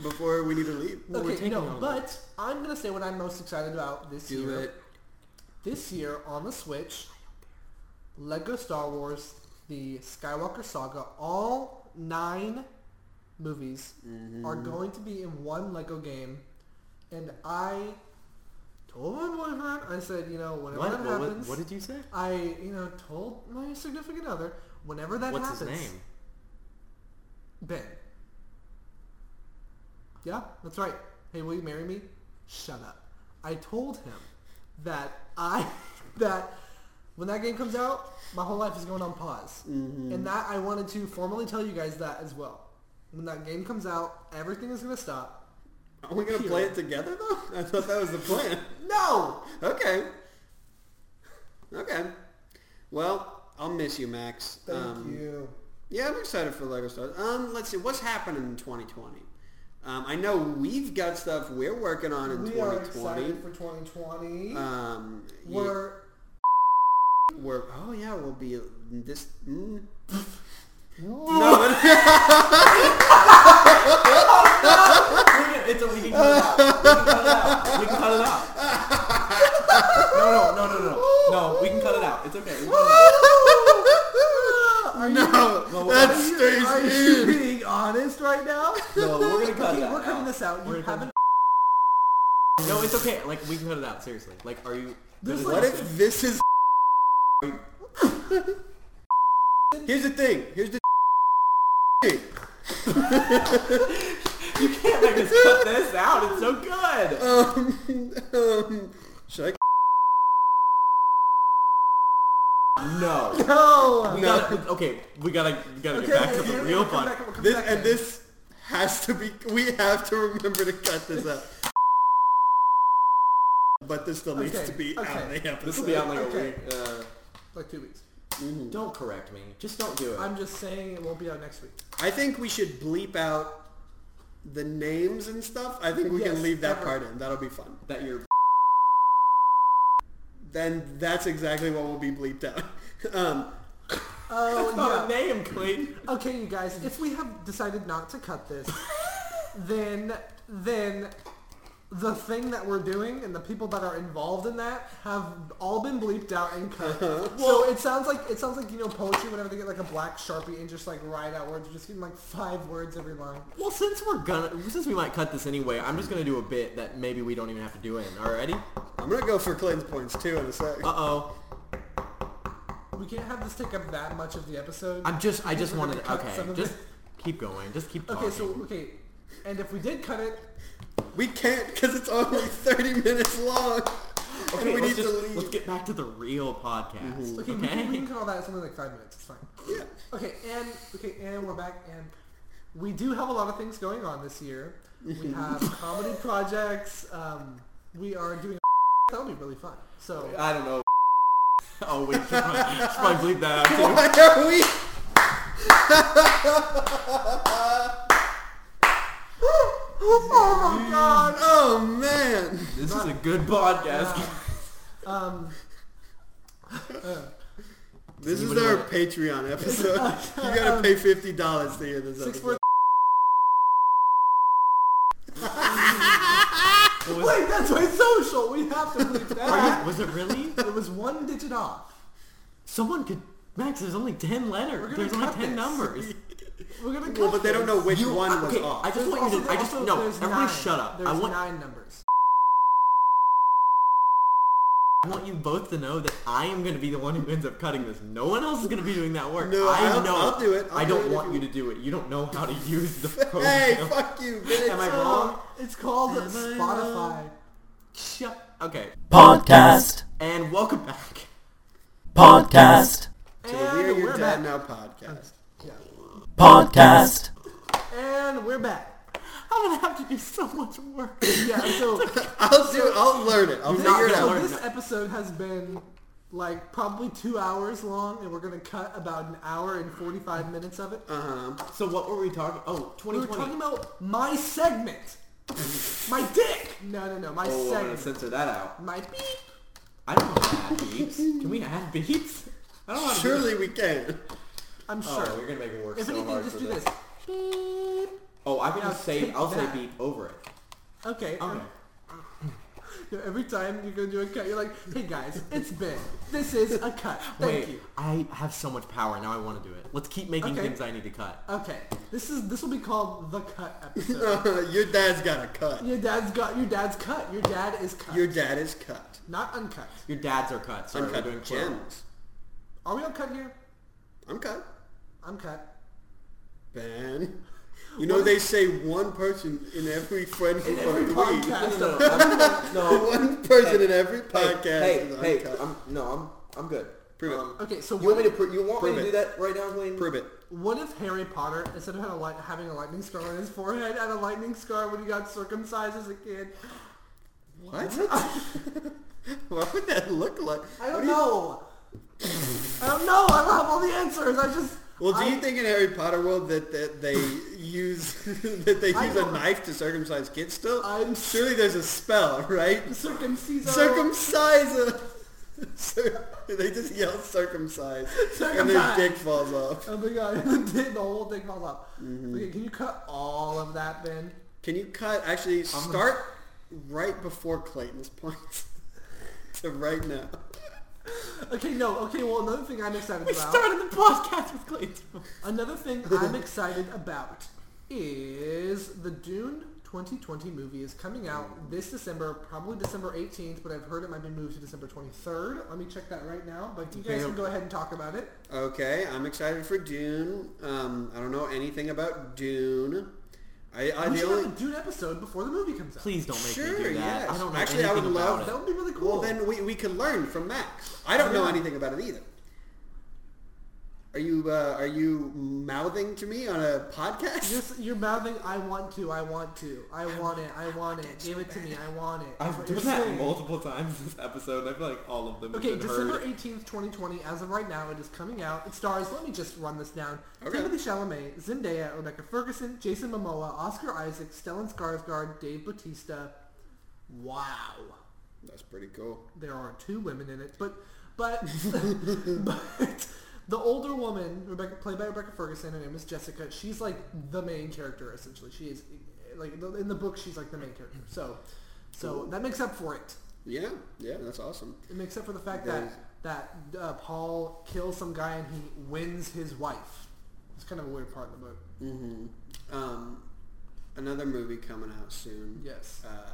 Speaker 2: before we need to leave.
Speaker 4: we're
Speaker 3: Okay,
Speaker 4: taking
Speaker 3: no,
Speaker 4: over.
Speaker 3: but I'm gonna say what I'm most excited about this
Speaker 2: Do
Speaker 3: year.
Speaker 2: it.
Speaker 3: This year on the Switch, Lego Star Wars: The Skywalker Saga, all nine movies
Speaker 4: Mm-hmm.
Speaker 3: are going to be in one Lego game, and I told my boyfriend, I said, you know, whenever
Speaker 4: What?
Speaker 3: that
Speaker 4: What,
Speaker 3: happens,
Speaker 4: what, what did you say?
Speaker 3: I, you know, told my significant other whenever that
Speaker 4: What's
Speaker 3: happens.
Speaker 4: his name?
Speaker 3: Ben. Yeah, that's right. Hey, will you marry me? Shut up. I told him that I that when that game comes out, my whole life is going on pause,
Speaker 4: Mm-hmm.
Speaker 3: and that I wanted to formally tell you guys that as well. When that game comes out, everything is going to stop.
Speaker 2: Are we gonna play it together though? I thought that was the plan.
Speaker 3: No!
Speaker 2: Okay. Okay. Well, I'll miss you, Max.
Speaker 3: Thank
Speaker 2: Um,
Speaker 3: you.
Speaker 2: Yeah, I'm excited for Lego Star. Wars. Um, let's see what's happening in 2020. Um, I know we've got stuff we're working on in
Speaker 3: We are
Speaker 2: 2020.
Speaker 3: excited for
Speaker 4: Uh,
Speaker 3: 2020.
Speaker 2: um, yeah,
Speaker 3: We're
Speaker 2: we're oh yeah, we'll be this. Mm.
Speaker 4: It's a, we can cut it out. We can cut it out. We can cut it out. No, no, no, no, no. No, we can cut it out. It's okay. We can cut it out.
Speaker 3: Are you,
Speaker 2: No,
Speaker 4: No,
Speaker 2: that
Speaker 4: are
Speaker 2: stays
Speaker 3: are you being honest right now?
Speaker 4: No, we're gonna cut
Speaker 3: okay,
Speaker 4: that
Speaker 3: we're cutting
Speaker 4: out.
Speaker 3: this out. You
Speaker 4: We're gonna-
Speaker 3: haven't.
Speaker 4: No, it's okay. Like we can cut it out. Seriously. Like, are you?
Speaker 3: There's
Speaker 4: is-
Speaker 3: like-
Speaker 2: What if this is? Here's the thing. Here's the. thing.
Speaker 4: you can't make us cut this out? It's so good.
Speaker 2: Um, um, should
Speaker 4: No.
Speaker 3: No.
Speaker 4: We
Speaker 2: No.
Speaker 4: gotta, okay, we gotta we gotta
Speaker 3: Okay,
Speaker 4: get back to
Speaker 3: here,
Speaker 4: the
Speaker 3: we'll
Speaker 4: real
Speaker 3: come
Speaker 4: fun.
Speaker 3: back, we'll
Speaker 2: I?
Speaker 3: come
Speaker 2: This
Speaker 3: back
Speaker 2: and
Speaker 3: then.
Speaker 2: this has to be. We have to remember to cut this out. But this still needs
Speaker 3: Okay,
Speaker 2: to be out
Speaker 3: okay.
Speaker 2: of the episode.
Speaker 4: This will be out in like
Speaker 3: Okay.
Speaker 4: a week. Uh,
Speaker 3: Like two weeks.
Speaker 4: don't correct me. Just don't do it.
Speaker 3: I'm just saying it won't be out next week.
Speaker 2: I think we should bleep out the names and stuff. I think we
Speaker 3: Yes,
Speaker 2: can leave that
Speaker 3: ever.
Speaker 2: part in. That'll be fun.
Speaker 4: that you're
Speaker 2: Then that's exactly what will be bleeped out. Um,
Speaker 3: Oh,
Speaker 4: not a name, Clayton.
Speaker 3: yeah. Okay, you guys, if we have decided not to cut this, then then the thing that we're doing and the people that are involved in that have all been bleeped out and cut.
Speaker 4: Uh-huh.
Speaker 3: So it sounds like it sounds like you know poetry whenever they get like a black sharpie and just like write out words, just getting like five words every line.
Speaker 4: Well, since we're gonna, since we might cut this anyway, I'm just gonna do a bit that maybe we don't even have to do in. Alrighty?
Speaker 2: I'm gonna go for Clinton's points too in a sec.
Speaker 4: Uh oh.
Speaker 3: We can't have this take up that much of the episode.
Speaker 4: I'm just, I just
Speaker 3: We're
Speaker 4: wanted.
Speaker 3: gonna cut some
Speaker 4: Okay,
Speaker 3: of
Speaker 4: just
Speaker 3: it.
Speaker 4: keep going. Just keep talking.
Speaker 3: okay, so okay, and if we did cut it,
Speaker 2: We can't because it's only 30 minutes long.
Speaker 4: Okay,
Speaker 2: and we
Speaker 4: let's
Speaker 2: need
Speaker 4: just-
Speaker 2: to leave.
Speaker 4: Let's get back to the real podcast.
Speaker 3: okay, We, can, we can cut all that. It's only like five minutes. It's fine.
Speaker 2: Yeah.
Speaker 3: Okay, and okay, and we're back, and we do have a lot of things going on this year. We have comedy projects. Um, we are doing that'll be really fun. So
Speaker 4: I don't know. Oh wait, should probably, should probably bleep that out too.
Speaker 2: Why are we?
Speaker 3: oh my god!
Speaker 2: Oh man.
Speaker 4: This is a good podcast.
Speaker 3: Um,
Speaker 2: This is
Speaker 4: anybody
Speaker 2: our
Speaker 4: want-
Speaker 2: Patreon episode. you gotta pay fifty dollars to hear this
Speaker 3: six
Speaker 2: episode.
Speaker 3: four. Wait, that's my social. We have to leave
Speaker 4: Are
Speaker 3: that.
Speaker 4: you- was it really?
Speaker 3: It was one digit off.
Speaker 4: Someone could. Max, there's only ten
Speaker 3: gonna
Speaker 4: letters. There's only
Speaker 3: cut
Speaker 4: ten
Speaker 3: this.
Speaker 4: numbers.
Speaker 3: We're gonna.
Speaker 2: Well,
Speaker 3: cut
Speaker 2: but they don't
Speaker 3: this.
Speaker 2: know which
Speaker 4: You-
Speaker 2: one was
Speaker 4: okay,
Speaker 2: off.
Speaker 4: I just
Speaker 3: There's
Speaker 4: want you
Speaker 3: also-
Speaker 4: to. I just
Speaker 3: also,
Speaker 4: no.
Speaker 3: there's
Speaker 4: Everybody,
Speaker 3: nine.
Speaker 4: shut up.
Speaker 3: There's
Speaker 4: I want.
Speaker 3: nine numbers.
Speaker 4: I want you both to know that I am going to be the one who ends up cutting this. No one else is going to be doing that work.
Speaker 2: No,
Speaker 4: I
Speaker 2: I'll-
Speaker 4: know.
Speaker 2: I'll do it. I'll
Speaker 4: I
Speaker 2: do
Speaker 4: don't
Speaker 2: it if
Speaker 4: want
Speaker 2: you-
Speaker 4: you to do it. You don't know how to use the phone.
Speaker 2: hey, fuck you, bitch.
Speaker 4: Am I
Speaker 3: So,
Speaker 4: wrong?
Speaker 3: Um, It's called
Speaker 4: Am I
Speaker 3: Spotify.
Speaker 4: Shut. Okay.
Speaker 1: Podcast.
Speaker 4: And welcome back.
Speaker 1: Podcast.
Speaker 2: We are
Speaker 3: And
Speaker 2: your
Speaker 3: we're
Speaker 2: dad
Speaker 3: back.
Speaker 2: now podcast.
Speaker 1: Podcast.
Speaker 3: And we're back.
Speaker 4: I'm going to have to do so much work.
Speaker 3: Yeah. So
Speaker 2: I'll do. I'll learn it. I'll
Speaker 4: You're
Speaker 2: figure
Speaker 4: not
Speaker 2: it out.
Speaker 4: gonna
Speaker 3: So
Speaker 4: learn
Speaker 3: this
Speaker 4: that.
Speaker 3: episode has been like probably two hours long, and we're gonna cut about an hour and forty-five minutes of it.
Speaker 4: Uh-huh. So what were we talking? Oh,
Speaker 3: we were
Speaker 4: 2020.
Speaker 3: talking about my segment, my dick. No, no, no, my
Speaker 4: oh, I'm going to
Speaker 3: segment,
Speaker 4: censor that out.
Speaker 3: my beep.
Speaker 4: I don't know how to add beats. Can we add beats? I don't know how to do
Speaker 2: Surely we can.
Speaker 3: I'm
Speaker 4: that. Oh,
Speaker 3: sure.
Speaker 4: you're going to make it work
Speaker 3: if
Speaker 4: so
Speaker 3: anything,
Speaker 4: hard
Speaker 3: just
Speaker 4: for
Speaker 3: do this. Beep.
Speaker 4: Oh, I can
Speaker 3: Now
Speaker 4: just say,
Speaker 3: take
Speaker 4: I'll
Speaker 3: that.
Speaker 4: say beep over it.
Speaker 3: Okay.
Speaker 4: Okay.
Speaker 3: um, you know, every time you're gonna do a cut, you're like, "Hey guys, it's been. This is a cut. Thank
Speaker 4: Wait,
Speaker 3: you."
Speaker 4: I have so much power. Now I want to do it. Let's keep making
Speaker 3: Okay.
Speaker 4: things I need to cut.
Speaker 3: Okay, this is this will be called the cut episode.
Speaker 2: your dad's got a cut.
Speaker 3: Your dad's got your dad's cut. Your dad is cut.
Speaker 2: Your dad is cut.
Speaker 3: not uncut.
Speaker 4: Your dads are cut. Sorry, we're doing
Speaker 2: Uncut
Speaker 4: plural.
Speaker 2: gems.
Speaker 3: Are we uncut here?
Speaker 2: Uncut.
Speaker 3: Uncut.
Speaker 2: Ben. You know they say one person in every friend group
Speaker 3: every
Speaker 2: are we.
Speaker 3: podcast.
Speaker 4: No, no, no. I'm- no.
Speaker 2: One person in every
Speaker 4: Hey,
Speaker 2: podcast
Speaker 4: hey,
Speaker 2: is
Speaker 4: hey,
Speaker 2: uncut.
Speaker 4: I'm, no, I'm, I'm good.
Speaker 2: Prove
Speaker 6: Um,
Speaker 3: Okay, so
Speaker 6: you
Speaker 3: what-
Speaker 6: want me to pr- you want me
Speaker 2: Prove
Speaker 6: to
Speaker 2: it.
Speaker 6: do that right now, Blaine?
Speaker 2: it. Prove it.
Speaker 3: What if Harry Potter, instead of had a light, having a lightning scar on his forehead, had a lightning scar when he got circumcised as a kid?
Speaker 2: What? what would that look like?
Speaker 3: I
Speaker 2: What
Speaker 3: don't
Speaker 2: do you-
Speaker 3: know. I don't know. I don't have all the answers. I just.
Speaker 2: Well, do
Speaker 3: I-
Speaker 2: you think in Harry Potter world that, that they use that they
Speaker 3: I
Speaker 2: use a
Speaker 3: don't-
Speaker 2: knife to circumcise kids still?
Speaker 3: I'm-
Speaker 2: Surely there's a spell, right?
Speaker 3: circumciso?
Speaker 2: Circumcise a. Cir- they just yell circumcise, and their
Speaker 3: Circumcise.
Speaker 2: dick falls off.
Speaker 3: Oh my god, the whole thing falls off. Okay, can you cut all of that, Ben?
Speaker 2: Can you cut? Actually, start right before Clayton's point to right now.
Speaker 3: Okay, no. Okay, well, another thing I'm excited about.
Speaker 4: the podcast with Clayton.
Speaker 3: Another thing I'm excited about is the Dune 2020 movie is coming out this December, probably December 18th, but I've heard it might be moved to December 23rd. Let me check that right now, but you guys
Speaker 4: Okay.
Speaker 3: can go ahead and talk about it.
Speaker 2: Okay, I'm excited for Dune. Um, I don't know anything about Dune. I, I
Speaker 3: We
Speaker 2: the
Speaker 3: should
Speaker 2: only
Speaker 3: have a Dune episode before the movie comes out.
Speaker 4: Please don't make
Speaker 2: Sure,
Speaker 4: me do that.
Speaker 2: yes.
Speaker 4: I don't know
Speaker 2: Actually, I
Speaker 4: anything
Speaker 2: would
Speaker 4: about
Speaker 2: love-
Speaker 3: That
Speaker 4: it.
Speaker 3: would be really cool.
Speaker 2: Well, then we, we can learn from Max. I don't know
Speaker 3: Yeah.
Speaker 2: anything about it either. Are you uh, are you mouthing to me on a podcast?
Speaker 3: You're, s- you're mouthing, I want to, I want to, I want it, I want it, give it to me, I want it. That's
Speaker 4: I've
Speaker 3: what
Speaker 4: done
Speaker 3: you're
Speaker 4: that
Speaker 3: saying.
Speaker 4: multiple times this episode. and I feel like all of them have
Speaker 3: Okay,
Speaker 4: been
Speaker 3: December
Speaker 4: heard.
Speaker 3: 18th, 2020, as of right now, it is coming out. It stars, let me just run this down,
Speaker 2: Okay.
Speaker 3: Timothy Chalamet, Zendaya, Rebecca Ferguson, Jason Momoa, Oscar Isaac, Stellan Skarsgård, Dave Bautista. Wow.
Speaker 2: That's pretty cool.
Speaker 3: There are two women in it, but, but, but the older woman, Rebecca, played by Rebecca Ferguson, her name is Jessica, she's like the main character, essentially. She is, like, in the book, she's like the main character. So, so that makes up for it.
Speaker 2: Yeah, yeah, that's awesome.
Speaker 3: Except for the fact
Speaker 2: There's-
Speaker 3: that that uh, Paul kills some guy and he wins his wife. It's kind of a weird part in the book.
Speaker 2: Um, another movie coming out soon.
Speaker 3: Yes.
Speaker 2: Uh,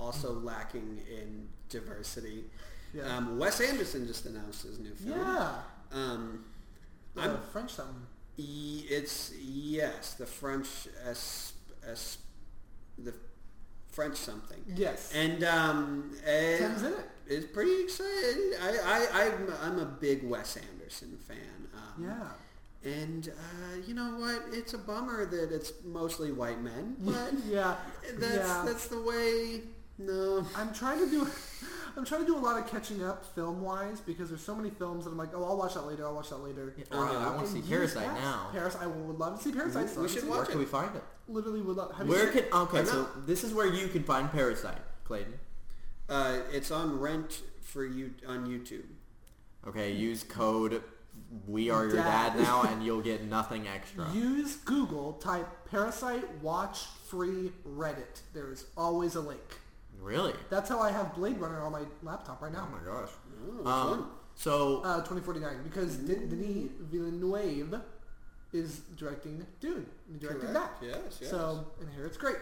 Speaker 2: also lacking in diversity.
Speaker 3: Yeah.
Speaker 2: Um, Wes Anderson just announced his new film.
Speaker 3: Yeah.
Speaker 2: Um,
Speaker 3: i Uh,
Speaker 2: I'm-
Speaker 3: French something.
Speaker 2: E- It's yes, the French es, es the French something.
Speaker 3: Yes.
Speaker 2: And um, eh,
Speaker 3: Tim's in it.
Speaker 2: It's pretty exciting. I, I I'm, I'm a big Wes Anderson fan. Um,
Speaker 3: yeah.
Speaker 2: And uh, you know what? It's a bummer that it's mostly white men, but
Speaker 3: yeah.
Speaker 2: that's
Speaker 3: yeah.
Speaker 2: that's the way. No.
Speaker 3: I'm trying to do I'm trying to do a lot of catching up film wise because there's so many films that I'm like, oh, I'll watch that later. I'll watch that later.
Speaker 4: Oh, yeah, I want to
Speaker 3: And
Speaker 4: see
Speaker 3: years
Speaker 4: Parasite
Speaker 3: pass.
Speaker 4: now.
Speaker 3: Paris, I would love to see Parasite. still
Speaker 2: We
Speaker 3: haven't
Speaker 2: should
Speaker 3: seen
Speaker 2: watch
Speaker 4: Where
Speaker 2: it.
Speaker 4: can we find it?
Speaker 3: it. Literally would love. Have
Speaker 4: Where
Speaker 3: you seen
Speaker 4: can okay?
Speaker 2: I'm
Speaker 4: So
Speaker 2: not-
Speaker 4: this is where you can find Parasite, Clayton.
Speaker 2: Uh, it's on rent for you on YouTube.
Speaker 4: Okay, use code We Are Your
Speaker 3: Dad.
Speaker 4: Dad now, and you'll get nothing extra.
Speaker 3: Use Google. Type Parasite watch free Reddit. There is always a link.
Speaker 4: Really?
Speaker 3: That's how I have Blade Runner on my laptop right now.
Speaker 4: gosh.
Speaker 2: Oh,
Speaker 4: Um, so
Speaker 3: Uh, 2049, because Den- Denis Villeneuve is directing Dune. He directed
Speaker 2: Correct,
Speaker 3: that.
Speaker 2: yes, yes.
Speaker 3: So, and here it's great.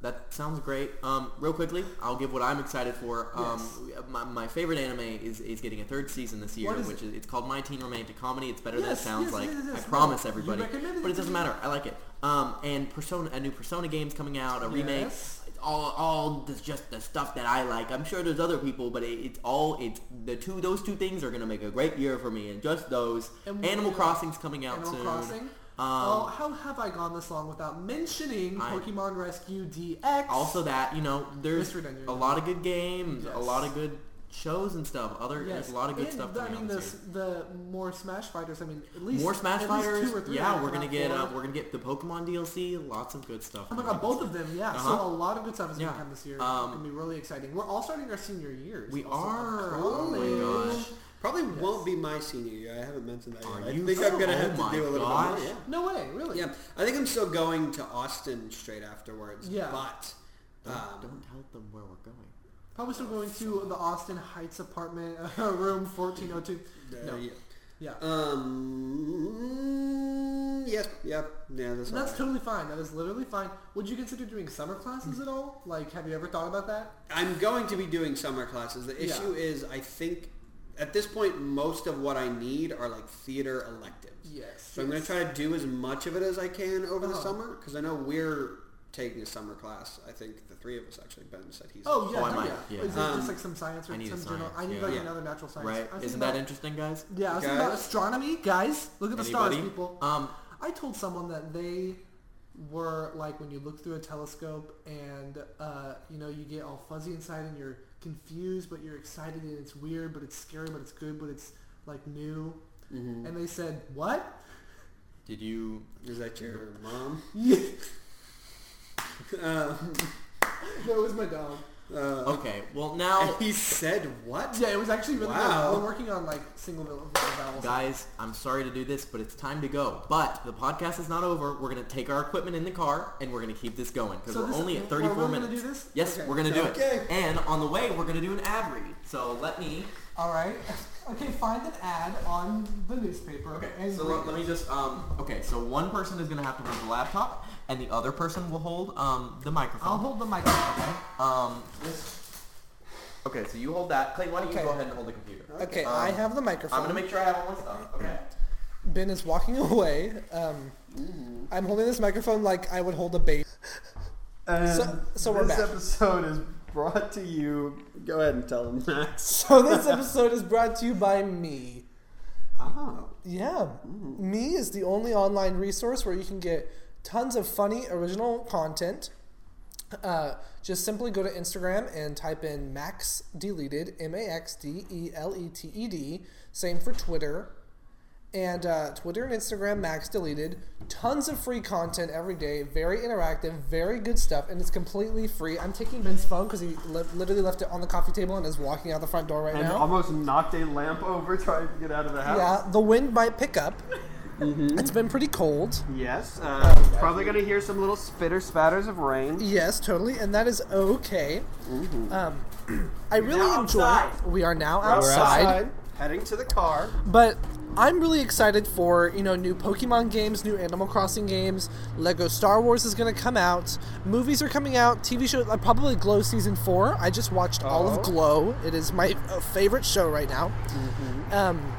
Speaker 4: That sounds great. Um, real quickly, I'll give what I'm excited for. Um, my, my favorite anime is, is getting a third season this year,
Speaker 3: What is
Speaker 4: which
Speaker 3: it?
Speaker 4: is it's called My Teen Romantic Comedy. It's better than it
Speaker 3: Yes,
Speaker 4: sounds
Speaker 3: yes,
Speaker 4: like.
Speaker 3: yes, yes,
Speaker 4: I
Speaker 3: no,
Speaker 4: promise
Speaker 3: you
Speaker 4: everybody,
Speaker 3: recommended
Speaker 4: but
Speaker 3: it
Speaker 4: it
Speaker 3: to
Speaker 4: doesn't
Speaker 3: me.
Speaker 4: matter. I like it. Um, and Persona, a new Persona game's coming out, a remake.
Speaker 3: Yes.
Speaker 4: It's all all this, just the stuff that I like. I'm sure there's other people, but it, it's all it's the two those two things are gonna make a great year for me, and just those.
Speaker 3: And we-
Speaker 4: Animal Crossing's coming out
Speaker 3: Animal
Speaker 4: soon. Um,
Speaker 3: Crossing. oh, how have I gone this long without mentioning
Speaker 4: I-
Speaker 3: Pokemon Rescue DX?
Speaker 4: also that you know there's
Speaker 3: Mystery Dungeon.
Speaker 4: a lot of good games, a
Speaker 3: Yes.
Speaker 4: lot of good shows and stuff. Other there's a lot of good
Speaker 3: and
Speaker 4: stuff.
Speaker 3: The, I
Speaker 4: coming
Speaker 3: mean,
Speaker 4: out
Speaker 3: the,
Speaker 4: this
Speaker 3: s-
Speaker 4: year.
Speaker 3: the more Smash Fighters. I mean, at least
Speaker 4: more Smash
Speaker 3: at least
Speaker 4: Fighters.
Speaker 3: Two or three
Speaker 4: yeah,
Speaker 3: if
Speaker 4: we're gonna
Speaker 3: not
Speaker 4: get
Speaker 3: four.
Speaker 4: uh, we're gonna get the Pokemon DLC. Lots of good stuff.
Speaker 3: Oh my
Speaker 4: coming
Speaker 3: god,
Speaker 4: out.
Speaker 3: both of them, yeah.
Speaker 4: Uh-huh.
Speaker 3: So a lot of good stuff is
Speaker 4: Yeah.
Speaker 3: gonna come this year.
Speaker 4: Um,
Speaker 3: it's gonna be really exciting. We're all starting our senior years.
Speaker 4: We
Speaker 3: also.
Speaker 4: are. Oh
Speaker 3: College.
Speaker 4: my gosh.
Speaker 2: probably won't be my senior year. I haven't mentioned that.
Speaker 4: Are
Speaker 2: Yet.
Speaker 4: you
Speaker 2: I think I'm gonna
Speaker 4: sure?
Speaker 2: have
Speaker 4: Oh
Speaker 2: to
Speaker 4: my
Speaker 2: do a little
Speaker 4: gosh.
Speaker 2: bit more. Yeah.
Speaker 3: No way, really.
Speaker 2: Yeah, I think I'm still going to Austin straight afterwards.
Speaker 3: Yeah.
Speaker 2: But
Speaker 4: Don't,
Speaker 2: um,
Speaker 4: don't tell them where we're going.
Speaker 3: Probably still going to the Austin Heights apartment, uh, room 1402.
Speaker 2: uh,
Speaker 3: No.
Speaker 2: yeah.
Speaker 3: Yeah.
Speaker 2: Um. Yes. Yep. Yeah. That's,
Speaker 3: And
Speaker 2: all
Speaker 3: that's
Speaker 2: right.
Speaker 3: totally fine. That is literally fine. Would you consider doing summer classes at all? Like, have you ever thought about that?
Speaker 2: I'm going to be doing summer classes. The
Speaker 3: Yeah.
Speaker 2: issue is, I think at this point, most of what I need are like theater electives.
Speaker 3: Yes.
Speaker 2: So I'm going to try to do as much of it as I can over the
Speaker 3: Uh-huh.
Speaker 2: summer because I know we're taking a summer class. I think the three of us actually. Ben said he's.
Speaker 3: Oh yeah,
Speaker 4: Oh, I
Speaker 3: dude,
Speaker 4: might,
Speaker 3: yeah.
Speaker 4: yeah.
Speaker 3: Is it
Speaker 2: Um,
Speaker 3: just like some science or
Speaker 4: I need a
Speaker 3: some general?
Speaker 4: science,
Speaker 3: I need
Speaker 4: yeah.
Speaker 3: like
Speaker 2: Yeah.
Speaker 3: another natural science. I
Speaker 4: Right?
Speaker 3: was
Speaker 4: Isn't
Speaker 3: thinking
Speaker 4: that
Speaker 3: about-
Speaker 4: interesting, guys?
Speaker 3: Yeah, I was thinking about
Speaker 2: Guys?
Speaker 3: astronomy, guys. Look at the stars,
Speaker 4: Anybody?
Speaker 3: people.
Speaker 4: Um,
Speaker 3: I told someone that they were like when you look through a telescope and uh, you know you get all fuzzy inside and you're confused, but you're excited and it's weird, but it's scary, but it's good, but it's like new.
Speaker 4: Mm-hmm.
Speaker 3: And they said, "What?
Speaker 4: did you?
Speaker 2: Is that your mom?
Speaker 3: Yeah,
Speaker 2: Um,
Speaker 3: that was my dog."
Speaker 2: uh,
Speaker 4: Okay. Well, now,
Speaker 2: he said what?
Speaker 3: Yeah, it was actually really
Speaker 2: Wow.
Speaker 3: good. We're working on like single vowel vowels.
Speaker 4: guys, I'm sorry to do this, but it's time to go. But the podcast is not over. We're gonna take our equipment in the car and we're gonna keep this going because
Speaker 3: So
Speaker 4: we're
Speaker 3: this-
Speaker 4: only at
Speaker 3: we're
Speaker 4: 34
Speaker 3: really gonna
Speaker 4: minutes.
Speaker 3: do this?
Speaker 4: Yes,
Speaker 3: Okay.
Speaker 4: we're gonna do
Speaker 2: Okay.
Speaker 4: it. And on the way, we're gonna do an ad read. So let me.
Speaker 3: All right. Okay, find an ad on the newspaper.
Speaker 4: Okay,
Speaker 3: and
Speaker 4: so
Speaker 3: read
Speaker 4: let, let
Speaker 3: it.
Speaker 4: me just um. Okay, so one person is gonna have to hold the laptop, and the other person will hold um the microphone.
Speaker 3: I'll hold the microphone. Okay.
Speaker 4: Um. This. Okay, so you hold that. Clayton, why don't
Speaker 3: Okay.
Speaker 4: you go ahead and hold the computer?
Speaker 3: Okay,
Speaker 4: Um,
Speaker 3: I have the
Speaker 4: I'm
Speaker 3: microphone.
Speaker 4: gonna make sure I have all my stuff. Okay.
Speaker 3: ben is walking away. Um, I'm holding this microphone like I would hold a bait.
Speaker 2: And
Speaker 3: So- so we're
Speaker 2: this
Speaker 3: back.
Speaker 2: episode is brought to you. Go ahead and tell them that.
Speaker 3: So this episode is brought to you by me.
Speaker 2: Oh,
Speaker 3: Yeah, me is the only online resource where you can get tons of funny original content. Uh, just simply go to Instagram and type in Max Deleted, M A X D E L E T E D. Same for Twitter. And uh, Twitter and Instagram, Max Deleted. Tons of free content every day. Very interactive, very good stuff, and it's completely free. I'm taking Ben's phone because he li- literally left it on the coffee table and is walking out the front door right
Speaker 6: and
Speaker 3: now.
Speaker 6: almost knocked a lamp over trying to get out of the house.
Speaker 3: Yeah, the wind might pick up. It's been pretty cold.
Speaker 2: Mm-hmm.
Speaker 6: Yes. Uh, probably gonna hear some little spitter spatters of rain.
Speaker 3: Yes, totally, and that is okay. Um, I really
Speaker 6: now
Speaker 3: enjoy.
Speaker 6: outside.
Speaker 3: We are now
Speaker 6: We're
Speaker 3: outside,
Speaker 6: heading to the car.
Speaker 3: but I'm really excited for you know new Pokemon games, new Animal Crossing games. Lego Star Wars is going to come out. Movies are coming out. TV shows, uh, probably Glow season four. I just watched all of
Speaker 6: Oh.
Speaker 3: Glow. It is my uh, favorite show right now. Um,
Speaker 6: Mm-hmm.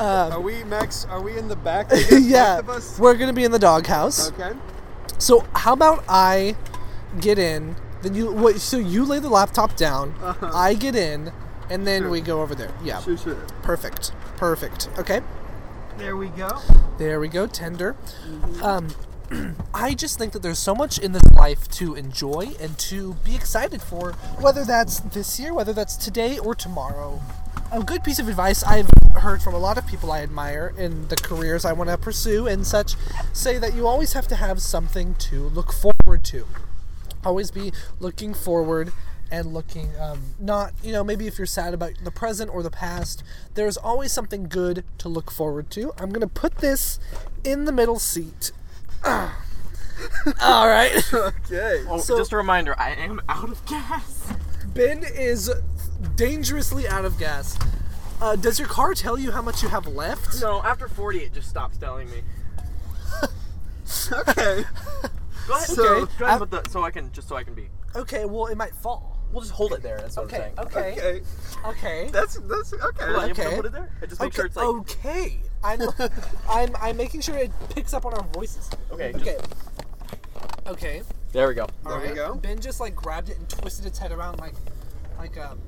Speaker 6: Are we, Max? Are we in the back?
Speaker 3: yeah,
Speaker 6: of us?
Speaker 3: we're going to be in the doghouse.
Speaker 6: Okay.
Speaker 3: So how about I get in? Then you wait, so you lay the laptop down. I get in, and then we go over there. Yeah,
Speaker 6: Uh-huh. Sure, sure.
Speaker 3: perfect, perfect. Okay,
Speaker 6: There we go. Mm-hmm.
Speaker 3: there we go. Tender. Um, I just think that there's so much in this life to enjoy and to be excited for, whether that's this year, whether that's today or tomorrow. A good piece of advice I've heard from a lot of people I admire in the careers I want to pursue and such say that you always have to have something to look forward to. Always be looking forward and looking um, not, you know, maybe if you're sad about the present or the past, there's always something good to look forward to. I'm going to put this in the middle seat all right.
Speaker 6: Okay.
Speaker 7: Oh,
Speaker 3: So-
Speaker 7: just a reminder, I am out of gas.
Speaker 3: Ben is dangerously out of gas. Uh, does your car tell you how much you have left?
Speaker 7: No, after 40, it just stops telling me.
Speaker 6: Okay.
Speaker 7: Go ahead.
Speaker 3: So-
Speaker 7: So, go ahead with the, so I can just so I can be.
Speaker 3: Okay, well it might fall.
Speaker 7: We'll just hold it there. That's what I'm
Speaker 3: Okay,
Speaker 7: saying.
Speaker 3: okay, okay,
Speaker 6: Okay. That's that's okay.
Speaker 7: Well, I'm gonna
Speaker 3: okay.
Speaker 7: put it there. I just make
Speaker 3: Okay,
Speaker 7: sure it's like
Speaker 3: okay. I'm, I'm, I'm making sure it picks up on our voices.
Speaker 7: okay. just-
Speaker 3: Okay. Okay.
Speaker 7: there we go.
Speaker 3: All right.
Speaker 6: we go.
Speaker 3: Ben just like grabbed it and twisted its head around like, like um.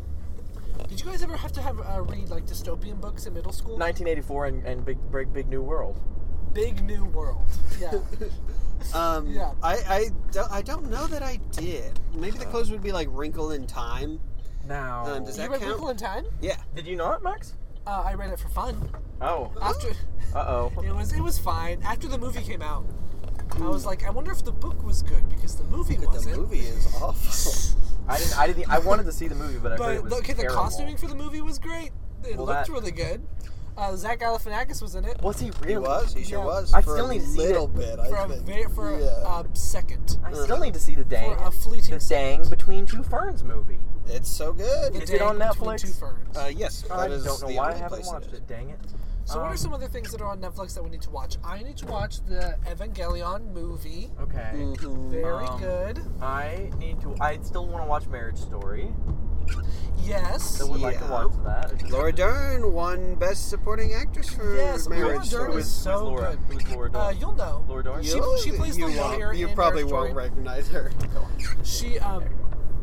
Speaker 3: Did you guys ever have to have uh, read like dystopian books in middle school?
Speaker 7: 1984 and, and big break big new world.
Speaker 3: Big New World. Yeah.
Speaker 6: Um,
Speaker 3: Yeah.
Speaker 6: I I don't, I don't know that I did. Maybe the clothes would be like Wrinkle in Time.
Speaker 7: Now,
Speaker 6: Um, does
Speaker 3: you
Speaker 6: that
Speaker 3: read
Speaker 6: count?
Speaker 3: Wrinkle in Time?
Speaker 6: Yeah.
Speaker 7: did you not, Max?
Speaker 3: Uh, I read it for fun.
Speaker 7: Oh,
Speaker 3: After.
Speaker 7: uh oh.
Speaker 3: It was it was fine. After the movie came out, I was like, I wonder if the book was good because the movie wasn't.
Speaker 6: Hmm. The movie is awful.
Speaker 7: I didn't. I didn't. I wanted to see the movie, but I heard it
Speaker 3: But
Speaker 7: was
Speaker 3: the, okay, the
Speaker 7: terrible.
Speaker 3: costuming for the movie was great. It
Speaker 7: Well,
Speaker 3: looked
Speaker 7: that-
Speaker 3: really good. Uh, Zach Galifianakis was in it
Speaker 7: Was he really?
Speaker 6: He was. He sure
Speaker 3: Yeah.
Speaker 6: was.
Speaker 7: I
Speaker 6: for
Speaker 7: still
Speaker 6: a
Speaker 7: need to see
Speaker 6: little
Speaker 7: it.
Speaker 6: bit. I
Speaker 3: for a
Speaker 6: think.
Speaker 3: very, for a
Speaker 6: yeah.
Speaker 3: uh, second.
Speaker 7: I still need to see the dang,
Speaker 3: a fleeting
Speaker 7: the dang between two ferns movie.
Speaker 6: It's so good.
Speaker 3: The
Speaker 7: Is it
Speaker 3: Dang
Speaker 7: on
Speaker 3: Between
Speaker 7: Netflix?
Speaker 3: Two Ferns.
Speaker 6: Uh, yes,
Speaker 7: I
Speaker 6: that is
Speaker 7: don't know
Speaker 6: the
Speaker 7: why I
Speaker 6: only
Speaker 7: haven't
Speaker 6: place
Speaker 7: watched it.
Speaker 6: is.
Speaker 7: Dang it.
Speaker 3: so, what
Speaker 7: um,
Speaker 3: are some other things that are on Netflix that we need to watch? I need to watch the Evangelion movie.
Speaker 7: Okay.
Speaker 6: Hmm.
Speaker 3: Very
Speaker 7: Um,
Speaker 3: good.
Speaker 7: I need to. I still want to watch Marriage Story.
Speaker 3: Yes.
Speaker 7: that would like
Speaker 6: Yeah.
Speaker 7: to watch that. It's just-
Speaker 6: Laura Dern won Best Supporting Actress for
Speaker 3: Yes, Laura
Speaker 6: Marriage
Speaker 3: Dern
Speaker 7: Who
Speaker 6: Story.
Speaker 3: is
Speaker 7: is,
Speaker 3: so
Speaker 7: who's Laura?
Speaker 3: good.
Speaker 7: Who's Laura Dern?
Speaker 3: Uh, you'll know.
Speaker 7: Laura Dern?
Speaker 3: She, she plays
Speaker 6: you
Speaker 3: the
Speaker 6: won't-
Speaker 3: lawyer.
Speaker 6: You
Speaker 3: in
Speaker 6: probably
Speaker 3: Marriage
Speaker 6: won't
Speaker 3: Story.
Speaker 6: recognize her. Go on.
Speaker 3: She um,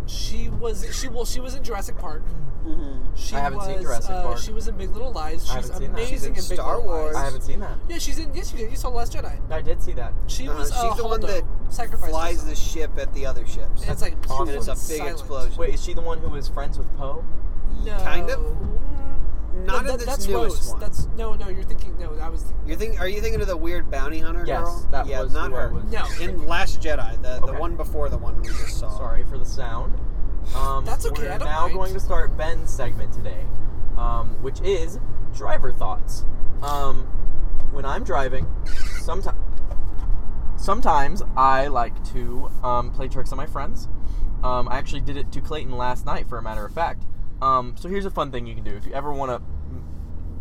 Speaker 3: she was she well she was in Jurassic Park. She
Speaker 7: Mm-hmm. I haven't
Speaker 3: was,
Speaker 7: seen Jurassic
Speaker 3: uh,
Speaker 7: Park.
Speaker 3: She was in Big Little Lies.
Speaker 7: I
Speaker 3: She's
Speaker 7: haven't seen that.
Speaker 3: amazing
Speaker 7: She's
Speaker 6: in
Speaker 3: Big
Speaker 6: Star
Speaker 3: Little Lies.
Speaker 6: Wars.
Speaker 7: I haven't seen that.
Speaker 3: Yeah, she's in. Yes, you did. You saw Last Jedi.
Speaker 7: I did see that.
Speaker 3: She
Speaker 6: Uh,
Speaker 3: was. uh,
Speaker 6: she's the one
Speaker 3: Holdo.
Speaker 6: that
Speaker 3: Sacrificed
Speaker 6: flies
Speaker 3: herself.
Speaker 6: the ship at the other ships.
Speaker 3: And it's like
Speaker 6: and it's a
Speaker 3: awesome.
Speaker 6: big
Speaker 3: silent.
Speaker 6: explosion.
Speaker 7: Wait, is she the one who was friends with Poe?
Speaker 3: No.
Speaker 6: kind of? Not
Speaker 3: No,
Speaker 6: in
Speaker 3: that-
Speaker 6: this
Speaker 3: that's
Speaker 6: newest
Speaker 3: Rose.
Speaker 6: one.
Speaker 3: That's no, no. You're thinking. No, I was.
Speaker 6: You're thinking? Are you thinking of the weird bounty hunter
Speaker 7: Yes,
Speaker 6: girl?
Speaker 7: that
Speaker 6: yeah,
Speaker 7: was
Speaker 6: not
Speaker 7: who I
Speaker 6: her.
Speaker 7: was
Speaker 3: No.
Speaker 6: In Last Jedi, the, the
Speaker 7: Okay.
Speaker 6: one before the one we just saw.
Speaker 7: Sorry for the sound. Um,
Speaker 3: That's okay,
Speaker 7: We're
Speaker 3: I don't
Speaker 7: now
Speaker 3: mind.
Speaker 7: going to start Ben's segment today, um, which is driver thoughts. Um, when I'm driving, sometimes sometimes I like to um, play tricks on my friends. Um, I actually did it to Clayton last night, for a matter of fact. Um, so here's a fun thing you can do if you ever want to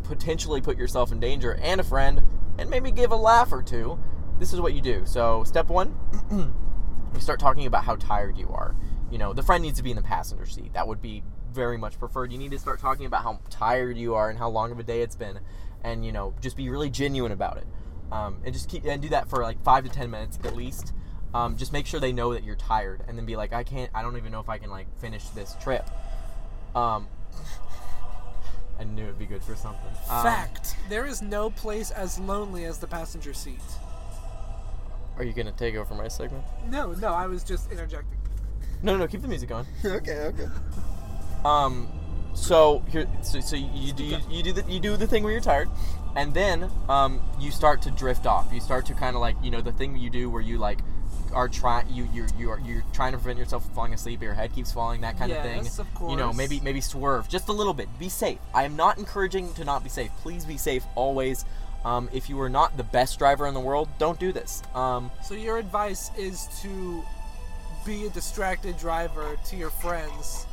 Speaker 7: potentially put yourself in danger and a friend, and maybe give a laugh or two. This is what you do. So step one, you start talking about how tired you are. You know, the friend needs to be in the passenger seat. That would be very much preferred. You need to start talking about how tired you are and how long of a day it's been, and you know, just be really genuine about it. Um, and just keep and do that for like five to ten minutes at least. Um, just make sure they know that you're tired, and then be like, I can't. I don't even know if I can like finish this trip. Um, I knew it'd be good for something. Um,
Speaker 3: Fact. There is no place as lonely as the passenger seat.
Speaker 7: Are you gonna take over my segment?
Speaker 3: No, no. I was just interjecting.
Speaker 7: No, no, no. Keep the music on.
Speaker 6: okay, okay.
Speaker 7: Um, so here, so, so you do you, you do the you do the thing where you're tired, and then um, you start to drift off. You start to kind of like you know the thing you do where you like are trying you you you are you're trying to prevent yourself from falling asleep. Your head keeps falling, that kind of thing.
Speaker 3: Yes, of
Speaker 7: You know,
Speaker 3: course.
Speaker 7: maybe maybe swerve just a little bit. Be safe. I am not encouraging to not be safe. Please be safe always. Um, if you are not the best driver in the world, don't do this. Um,
Speaker 3: So your advice is to be a distracted driver to your friends,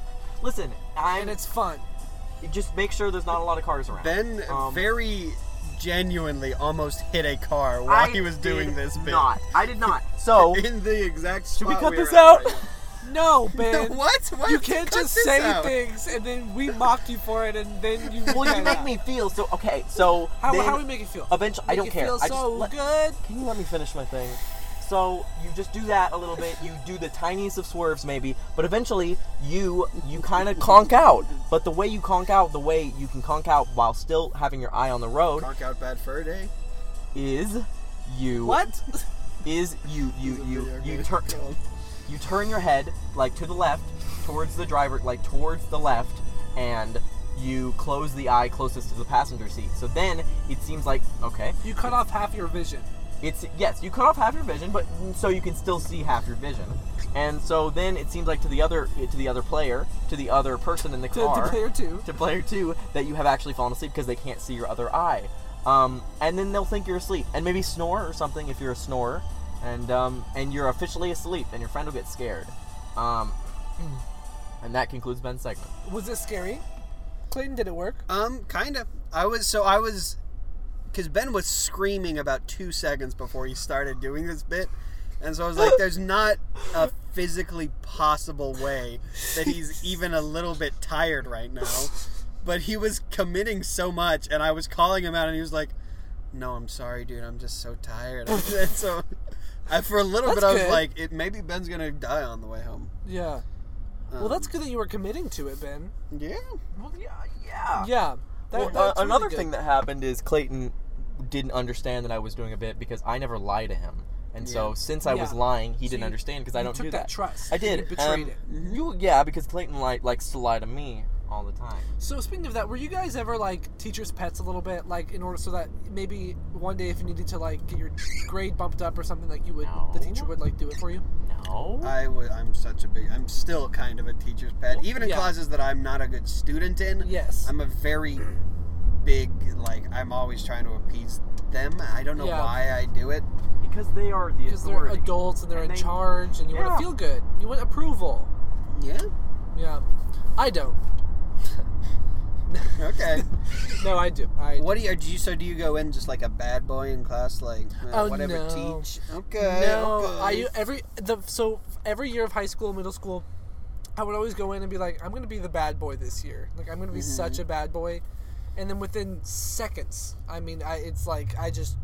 Speaker 7: listen, I'm,
Speaker 3: and it's fun.
Speaker 7: just make sure there's not a lot of cars around.
Speaker 6: Ben
Speaker 7: Um,
Speaker 6: very genuinely almost hit a car while
Speaker 7: I
Speaker 6: he was doing
Speaker 7: did
Speaker 6: this bit.
Speaker 7: Not. I did not. So
Speaker 6: In the exact
Speaker 7: Should
Speaker 6: spot
Speaker 7: we cut
Speaker 6: were
Speaker 7: this
Speaker 6: at
Speaker 7: out?
Speaker 6: right
Speaker 3: No,
Speaker 6: now.
Speaker 3: Ben.
Speaker 6: what? What?
Speaker 3: You can't
Speaker 6: Cut
Speaker 3: just
Speaker 6: this
Speaker 3: say
Speaker 6: out.
Speaker 3: things and then we mock you for it, and then you.
Speaker 7: well,
Speaker 3: Yeah.
Speaker 7: you make me feel so okay. So
Speaker 3: How,
Speaker 7: then
Speaker 3: how we make you feel?
Speaker 7: Eventually, I
Speaker 3: Make
Speaker 7: don't
Speaker 3: you
Speaker 7: care.
Speaker 3: Feel
Speaker 7: I just
Speaker 3: so
Speaker 7: let-
Speaker 3: good.
Speaker 7: Can you let me finish my thing? So you just do that a little bit. You do the tiniest of swerves, maybe, but eventually you you kind of conk out. But the way you conk out, the way you can conk out while still having your eye on the road
Speaker 6: Conk out bad fur day.
Speaker 7: is you
Speaker 3: What?
Speaker 7: is you you you
Speaker 6: video
Speaker 7: you
Speaker 6: game.
Speaker 7: turn you turn your head like to the left towards the driver like towards the left and you close the eye closest to the passenger seat so then it seems like okay
Speaker 3: You cut off half your vision.
Speaker 7: it's yes you cut off half your vision but mm, so you can still see half your vision and so then it seems like to the other eh, to the other player to the other person in the
Speaker 3: To,
Speaker 7: car
Speaker 3: to player two.
Speaker 7: to player two that you have actually fallen asleep because they can't see your other eye. Um, and then they'll think you're asleep, and maybe snore or something if you're a snorer, and um, and you're officially asleep, and your friend will get scared. Um, and that concludes Ben's segment.
Speaker 3: Was it scary? Clayton, did it work?
Speaker 6: Um, kind of. I was so I was because Ben was screaming about two seconds before he started doing this bit, and so I was like, "There's not a physically possible way that he's even a little bit tired right now." But he was committing so much, and I was calling him out, and he was like, "No, I'm sorry, dude. I'm just so tired." and so, I, for a little
Speaker 3: That's
Speaker 6: bit, I
Speaker 3: good.
Speaker 6: was like, "It maybe Ben's gonna die on the way home."
Speaker 3: Yeah. well, that's good that you were committing to it, Ben.
Speaker 6: Yeah.
Speaker 7: Well, yeah, yeah.
Speaker 3: Yeah. That,
Speaker 7: Ah. Well, uh,
Speaker 3: that's really
Speaker 7: another
Speaker 3: good.
Speaker 7: thing that happened is Clayton didn't understand that I was doing a bit because I never lie to him. And so since I was
Speaker 3: Yeah.
Speaker 7: lying, he
Speaker 3: So
Speaker 7: didn't
Speaker 3: you-
Speaker 7: understand because
Speaker 3: you
Speaker 7: I don't
Speaker 3: took
Speaker 7: do
Speaker 3: that
Speaker 7: that.
Speaker 3: trust.
Speaker 7: I did.
Speaker 3: You betrayed
Speaker 7: um,
Speaker 3: it.
Speaker 7: You yeah, because Clayton li- likes to lie to me all the time.
Speaker 3: So speaking of that, were you guys ever like teachers' pets a little bit, like in order so that maybe one day if you needed to like get your grade bumped up or something, like you would, the teacher
Speaker 7: No.
Speaker 3: would like do it for you?
Speaker 7: No.
Speaker 6: I was, I'm such a big. I'm still kind of a teacher's pet, even in
Speaker 3: yeah.
Speaker 6: classes that I'm not a good student in.
Speaker 3: Yes.
Speaker 6: I'm a very big like. I'm always trying to appease them. I don't know
Speaker 3: Yeah.
Speaker 6: why I do it.
Speaker 7: Because they are the
Speaker 3: Because they're
Speaker 7: authority.
Speaker 3: adults and they're
Speaker 7: And
Speaker 3: in
Speaker 7: they-
Speaker 3: charge, and you want
Speaker 7: Yeah.
Speaker 3: to feel good. You want approval.
Speaker 6: Yeah.
Speaker 3: Yeah. I don't.
Speaker 6: Okay.
Speaker 3: No, I do. I
Speaker 6: what do you do? You, so do you go in just like a bad boy in class, like uh,
Speaker 3: Oh,
Speaker 6: whatever?
Speaker 3: no.
Speaker 6: Teach. Okay.
Speaker 3: No,
Speaker 6: okay.
Speaker 3: I every the so every year of high school, middle school, I would always go in and be like, I'm going to be the bad boy this year. Like, I'm going to be such a bad boy. And then within seconds, I mean, I, it's like I just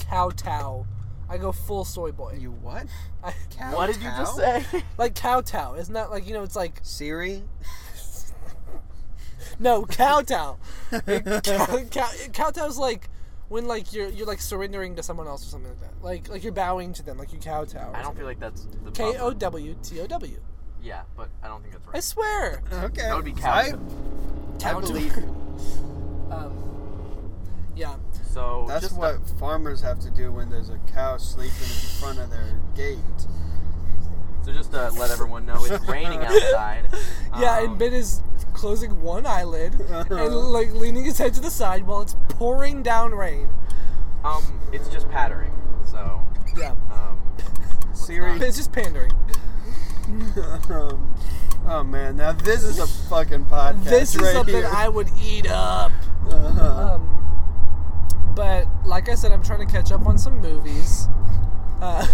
Speaker 3: kowtow. I go full soy boy.
Speaker 6: You what?
Speaker 3: I-
Speaker 6: Cow
Speaker 7: What did you just
Speaker 6: cow?
Speaker 7: say?
Speaker 3: like kowtow. Isn't that like, you know, it's like,
Speaker 6: Siri?
Speaker 3: no, kowtow. Like, cow, cow, kowtow's like when like you're you're like surrendering to someone else or something like that. Like like you're bowing to them, like you kowtow.
Speaker 7: I don't feel like that's the
Speaker 3: K O
Speaker 7: proper-
Speaker 3: W T O W.
Speaker 7: Yeah, but I don't think that's
Speaker 3: I
Speaker 7: right.
Speaker 3: swear.
Speaker 6: Okay.
Speaker 7: That would be cow.
Speaker 6: I, I
Speaker 3: Kowtow.
Speaker 6: believe you.
Speaker 3: Um, yeah.
Speaker 7: So
Speaker 6: That's
Speaker 7: just
Speaker 3: uh,
Speaker 6: what farmers have to do when there's a cow sleeping in front of their gate.
Speaker 7: So just to let everyone know, it's raining outside.
Speaker 3: Yeah, and
Speaker 7: Um,
Speaker 3: Ben is closing one eyelid and like leaning his head to the side while it's pouring down rain.
Speaker 7: Um, it's just pattering. So,
Speaker 3: Yeah.
Speaker 7: um, let's
Speaker 6: Siri.
Speaker 7: not-
Speaker 3: It's just pandering.
Speaker 6: Um, oh man, now this is a fucking podcast.
Speaker 3: this is
Speaker 6: right
Speaker 3: something
Speaker 6: here.
Speaker 3: I would eat up. Um, but like I said, I'm trying to catch up on some movies. Uh,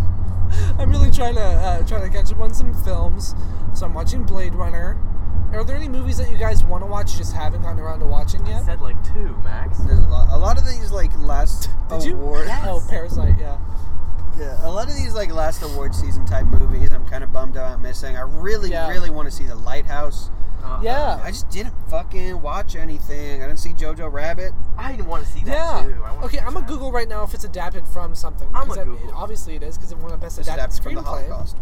Speaker 3: I'm really trying to uh, trying to catch up on some films. So I'm watching Blade Runner. Are there any movies that you guys want to watch you just haven't gotten around to watching
Speaker 7: I
Speaker 3: yet?
Speaker 7: said like two, Max.
Speaker 6: There's a lot. A lot of these like last
Speaker 3: Did you?
Speaker 6: award.
Speaker 3: Oh, Parasite. Yeah.
Speaker 6: Yeah, a lot of these like last award season type movies. I'm kind of bummed about missing. I really,
Speaker 3: Yeah.
Speaker 6: really want to see The Lighthouse.
Speaker 7: Uh,
Speaker 3: Yeah.
Speaker 6: I just didn't fucking watch anything. I didn't see Jojo Rabbit.
Speaker 7: I didn't want to see that
Speaker 3: Yeah.
Speaker 7: too. I wanna
Speaker 3: Okay,
Speaker 7: see
Speaker 3: I'm gonna
Speaker 7: that.
Speaker 3: Google right now if it's adapted from something.
Speaker 7: I'm
Speaker 3: because
Speaker 7: gonna
Speaker 3: that-
Speaker 7: Google.
Speaker 3: Obviously, it is because it won a best
Speaker 6: It's
Speaker 3: adapted
Speaker 6: adapted from the
Speaker 3: screenplay.
Speaker 6: Holocaust.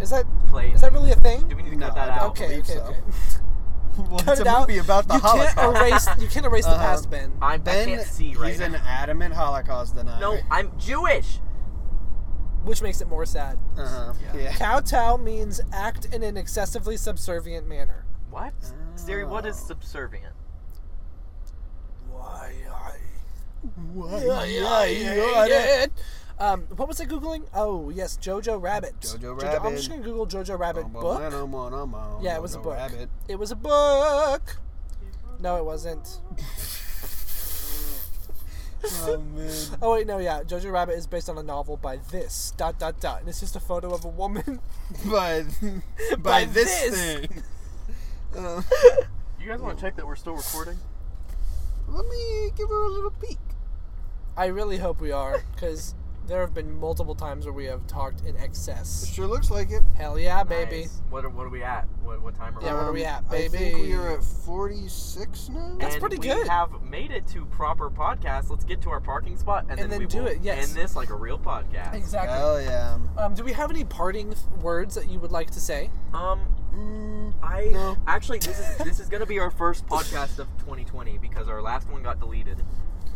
Speaker 3: Is that
Speaker 7: Play.
Speaker 3: is that really a thing?
Speaker 7: Do we need to
Speaker 6: No,
Speaker 7: cut that
Speaker 6: I don't
Speaker 7: out?
Speaker 3: okay,
Speaker 6: believe
Speaker 3: okay,
Speaker 6: so.
Speaker 3: okay.
Speaker 6: well,
Speaker 3: Cut
Speaker 6: it's
Speaker 3: it
Speaker 6: a
Speaker 3: out.
Speaker 6: movie about the
Speaker 3: you
Speaker 6: Holocaust.
Speaker 3: Can't erase, you can't erase the
Speaker 6: Uh-huh.
Speaker 3: past, Ben.
Speaker 7: I'm, I
Speaker 6: Ben,
Speaker 7: can't see right
Speaker 6: he's
Speaker 7: now.
Speaker 6: an adamant Holocaust denier.
Speaker 7: No, I'm Jewish.
Speaker 3: Which makes it more sad.
Speaker 6: Uh-huh.
Speaker 7: Yeah.
Speaker 6: Yeah.
Speaker 3: Kowtow means act in an excessively subservient manner.
Speaker 7: What? Siri, what is subservient?
Speaker 3: Why?
Speaker 6: What?
Speaker 3: Um, what was I googling? Oh, yes, Jojo Rabbit.
Speaker 6: Jojo
Speaker 3: I'm just
Speaker 6: Rabbit.
Speaker 3: gonna Google Jojo Rabbit book. Yeah, it was a book.
Speaker 6: Rabbit.
Speaker 3: It was a book. No, it wasn't.
Speaker 6: Oh, man.
Speaker 3: Oh wait, no, yeah. Jojo Rabbit is based on a novel by this dot dot dot, and it's just a photo of a woman.
Speaker 6: by, by,
Speaker 3: By
Speaker 6: this,
Speaker 3: this.
Speaker 6: thing. Uh,
Speaker 7: You guys want to check that we're still recording?
Speaker 6: let me give her a little peek.
Speaker 3: I really hope we are, because there have been multiple times where we have talked in excess.
Speaker 6: Sure looks like it.
Speaker 3: Hell yeah, baby.
Speaker 7: Nice. Um, What are, what are we at? What, what time are we
Speaker 3: Yeah,
Speaker 7: at?
Speaker 3: what are we at,
Speaker 6: Um, I think
Speaker 3: baby?
Speaker 6: we are at 46 now.
Speaker 3: That's
Speaker 7: and
Speaker 3: pretty
Speaker 7: we
Speaker 3: good.
Speaker 7: have made it to proper podcast. Let's get to our parking spot and,
Speaker 3: And then
Speaker 7: we
Speaker 3: do
Speaker 7: will
Speaker 3: it, yes.
Speaker 7: End this like a real podcast.
Speaker 3: Exactly.
Speaker 6: Hell yeah.
Speaker 3: Um, do we have any parting th- words that you would like to say?
Speaker 7: Um,
Speaker 6: Mm,
Speaker 7: I
Speaker 6: No.
Speaker 7: actually this is this is gonna be our first podcast of 2020 because our last one got deleted.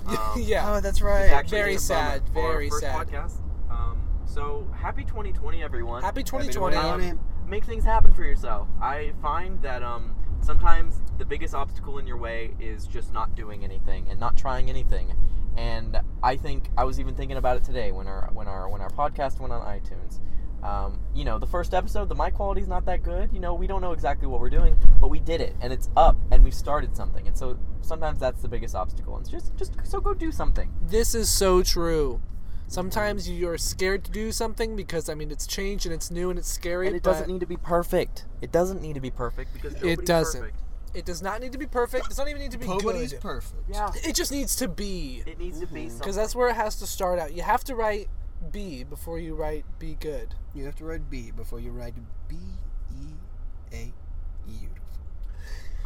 Speaker 7: Um,
Speaker 3: yeah.
Speaker 6: oh, that's right.
Speaker 7: It's actually
Speaker 3: Very
Speaker 7: is a bummer
Speaker 3: sad,
Speaker 7: for our
Speaker 3: very
Speaker 7: first
Speaker 3: sad.
Speaker 7: Podcast. Um, so happy 2020, everyone.
Speaker 3: Happy
Speaker 6: Happy
Speaker 3: 2020.
Speaker 7: Make things happen for yourself. I find that um, sometimes the biggest obstacle in your way is just not doing anything and not trying anything. And I think I was even thinking about it today when our when our when our podcast went on iTunes. Um, you know, the first episode, the mic quality's not that good. You know, we don't know exactly what we're doing, but we did it, and it's up, and we started something. And so sometimes that's the biggest obstacle. And it's just just so go do something.
Speaker 3: This is so true. Sometimes you're scared to do something because I mean it's changed and it's new and it's scary.
Speaker 7: And it
Speaker 3: but
Speaker 7: doesn't need to be perfect. It doesn't need to be perfect because nobody's
Speaker 3: doesn't.
Speaker 7: perfect.
Speaker 3: It does not need to be perfect. It does not even need to be
Speaker 6: Nobody's
Speaker 3: good.
Speaker 6: perfect.
Speaker 7: Yeah,
Speaker 3: it just needs to be.
Speaker 7: it needs to be something.
Speaker 3: Because that's where it has to start out. You have to write B before you write be good.
Speaker 6: You have to write B before you write B E A E. Beautiful.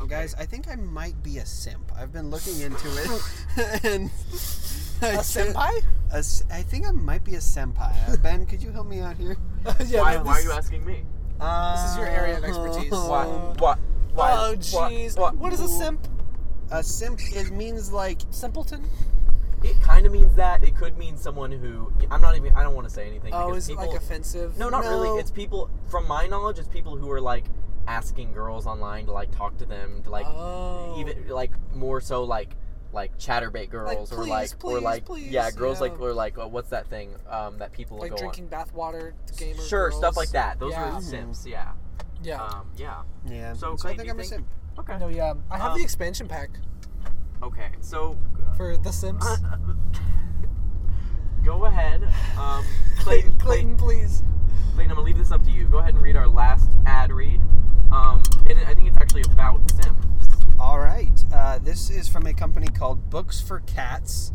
Speaker 6: Guys, I think I might be a simp. I've been looking into it, and
Speaker 3: A senpai?
Speaker 6: A s- I think I might be a senpai. Uh, ben, could you help me out here?
Speaker 3: yeah,
Speaker 7: why,
Speaker 3: no,
Speaker 7: why are
Speaker 3: this-
Speaker 7: you asking me?
Speaker 6: Uh,
Speaker 3: This is your area of expertise.
Speaker 7: Why? Why? Uh-huh. Why?
Speaker 3: Oh jeez.
Speaker 7: Why?
Speaker 3: What is a simp?
Speaker 6: A simp is means like
Speaker 3: Simpleton?
Speaker 7: It kind of means that. It could mean someone who I'm not even. I don't want to say anything.
Speaker 3: Oh,
Speaker 7: because
Speaker 3: is it
Speaker 7: people,
Speaker 3: like offensive?
Speaker 7: No, not
Speaker 6: No.
Speaker 7: really. It's people. From my knowledge, it's people who are like asking girls online to like talk to them to like
Speaker 3: Oh.
Speaker 7: even like more so like like chatterbait girls or
Speaker 3: please,
Speaker 7: like or
Speaker 3: please,
Speaker 7: like
Speaker 3: please,
Speaker 7: yeah girls
Speaker 3: yeah.
Speaker 7: like or like uh, what's that thing um that people
Speaker 3: like
Speaker 7: go
Speaker 3: drinking bathwater
Speaker 7: on
Speaker 3: gamer.
Speaker 7: sure stuff
Speaker 3: girls.
Speaker 7: like that those
Speaker 3: yeah.
Speaker 7: are sims yeah
Speaker 3: Yeah.
Speaker 7: um yeah
Speaker 6: yeah.
Speaker 7: So,
Speaker 6: So,
Speaker 7: Clay,
Speaker 6: I
Speaker 7: do
Speaker 6: think
Speaker 7: you
Speaker 6: I'm a
Speaker 7: think-
Speaker 6: simp.
Speaker 7: okay
Speaker 3: no, yeah. I have
Speaker 7: Um,
Speaker 3: the expansion pack
Speaker 7: okay so
Speaker 3: for The Sims.
Speaker 7: uh, go ahead um Clayton, Clayton
Speaker 3: please.
Speaker 7: Clayton I'm gonna leave this up to you go ahead and read our last ad read. Um, and I think it's actually about Sims.
Speaker 6: All right. Uh, this is from a company called Books for Cats.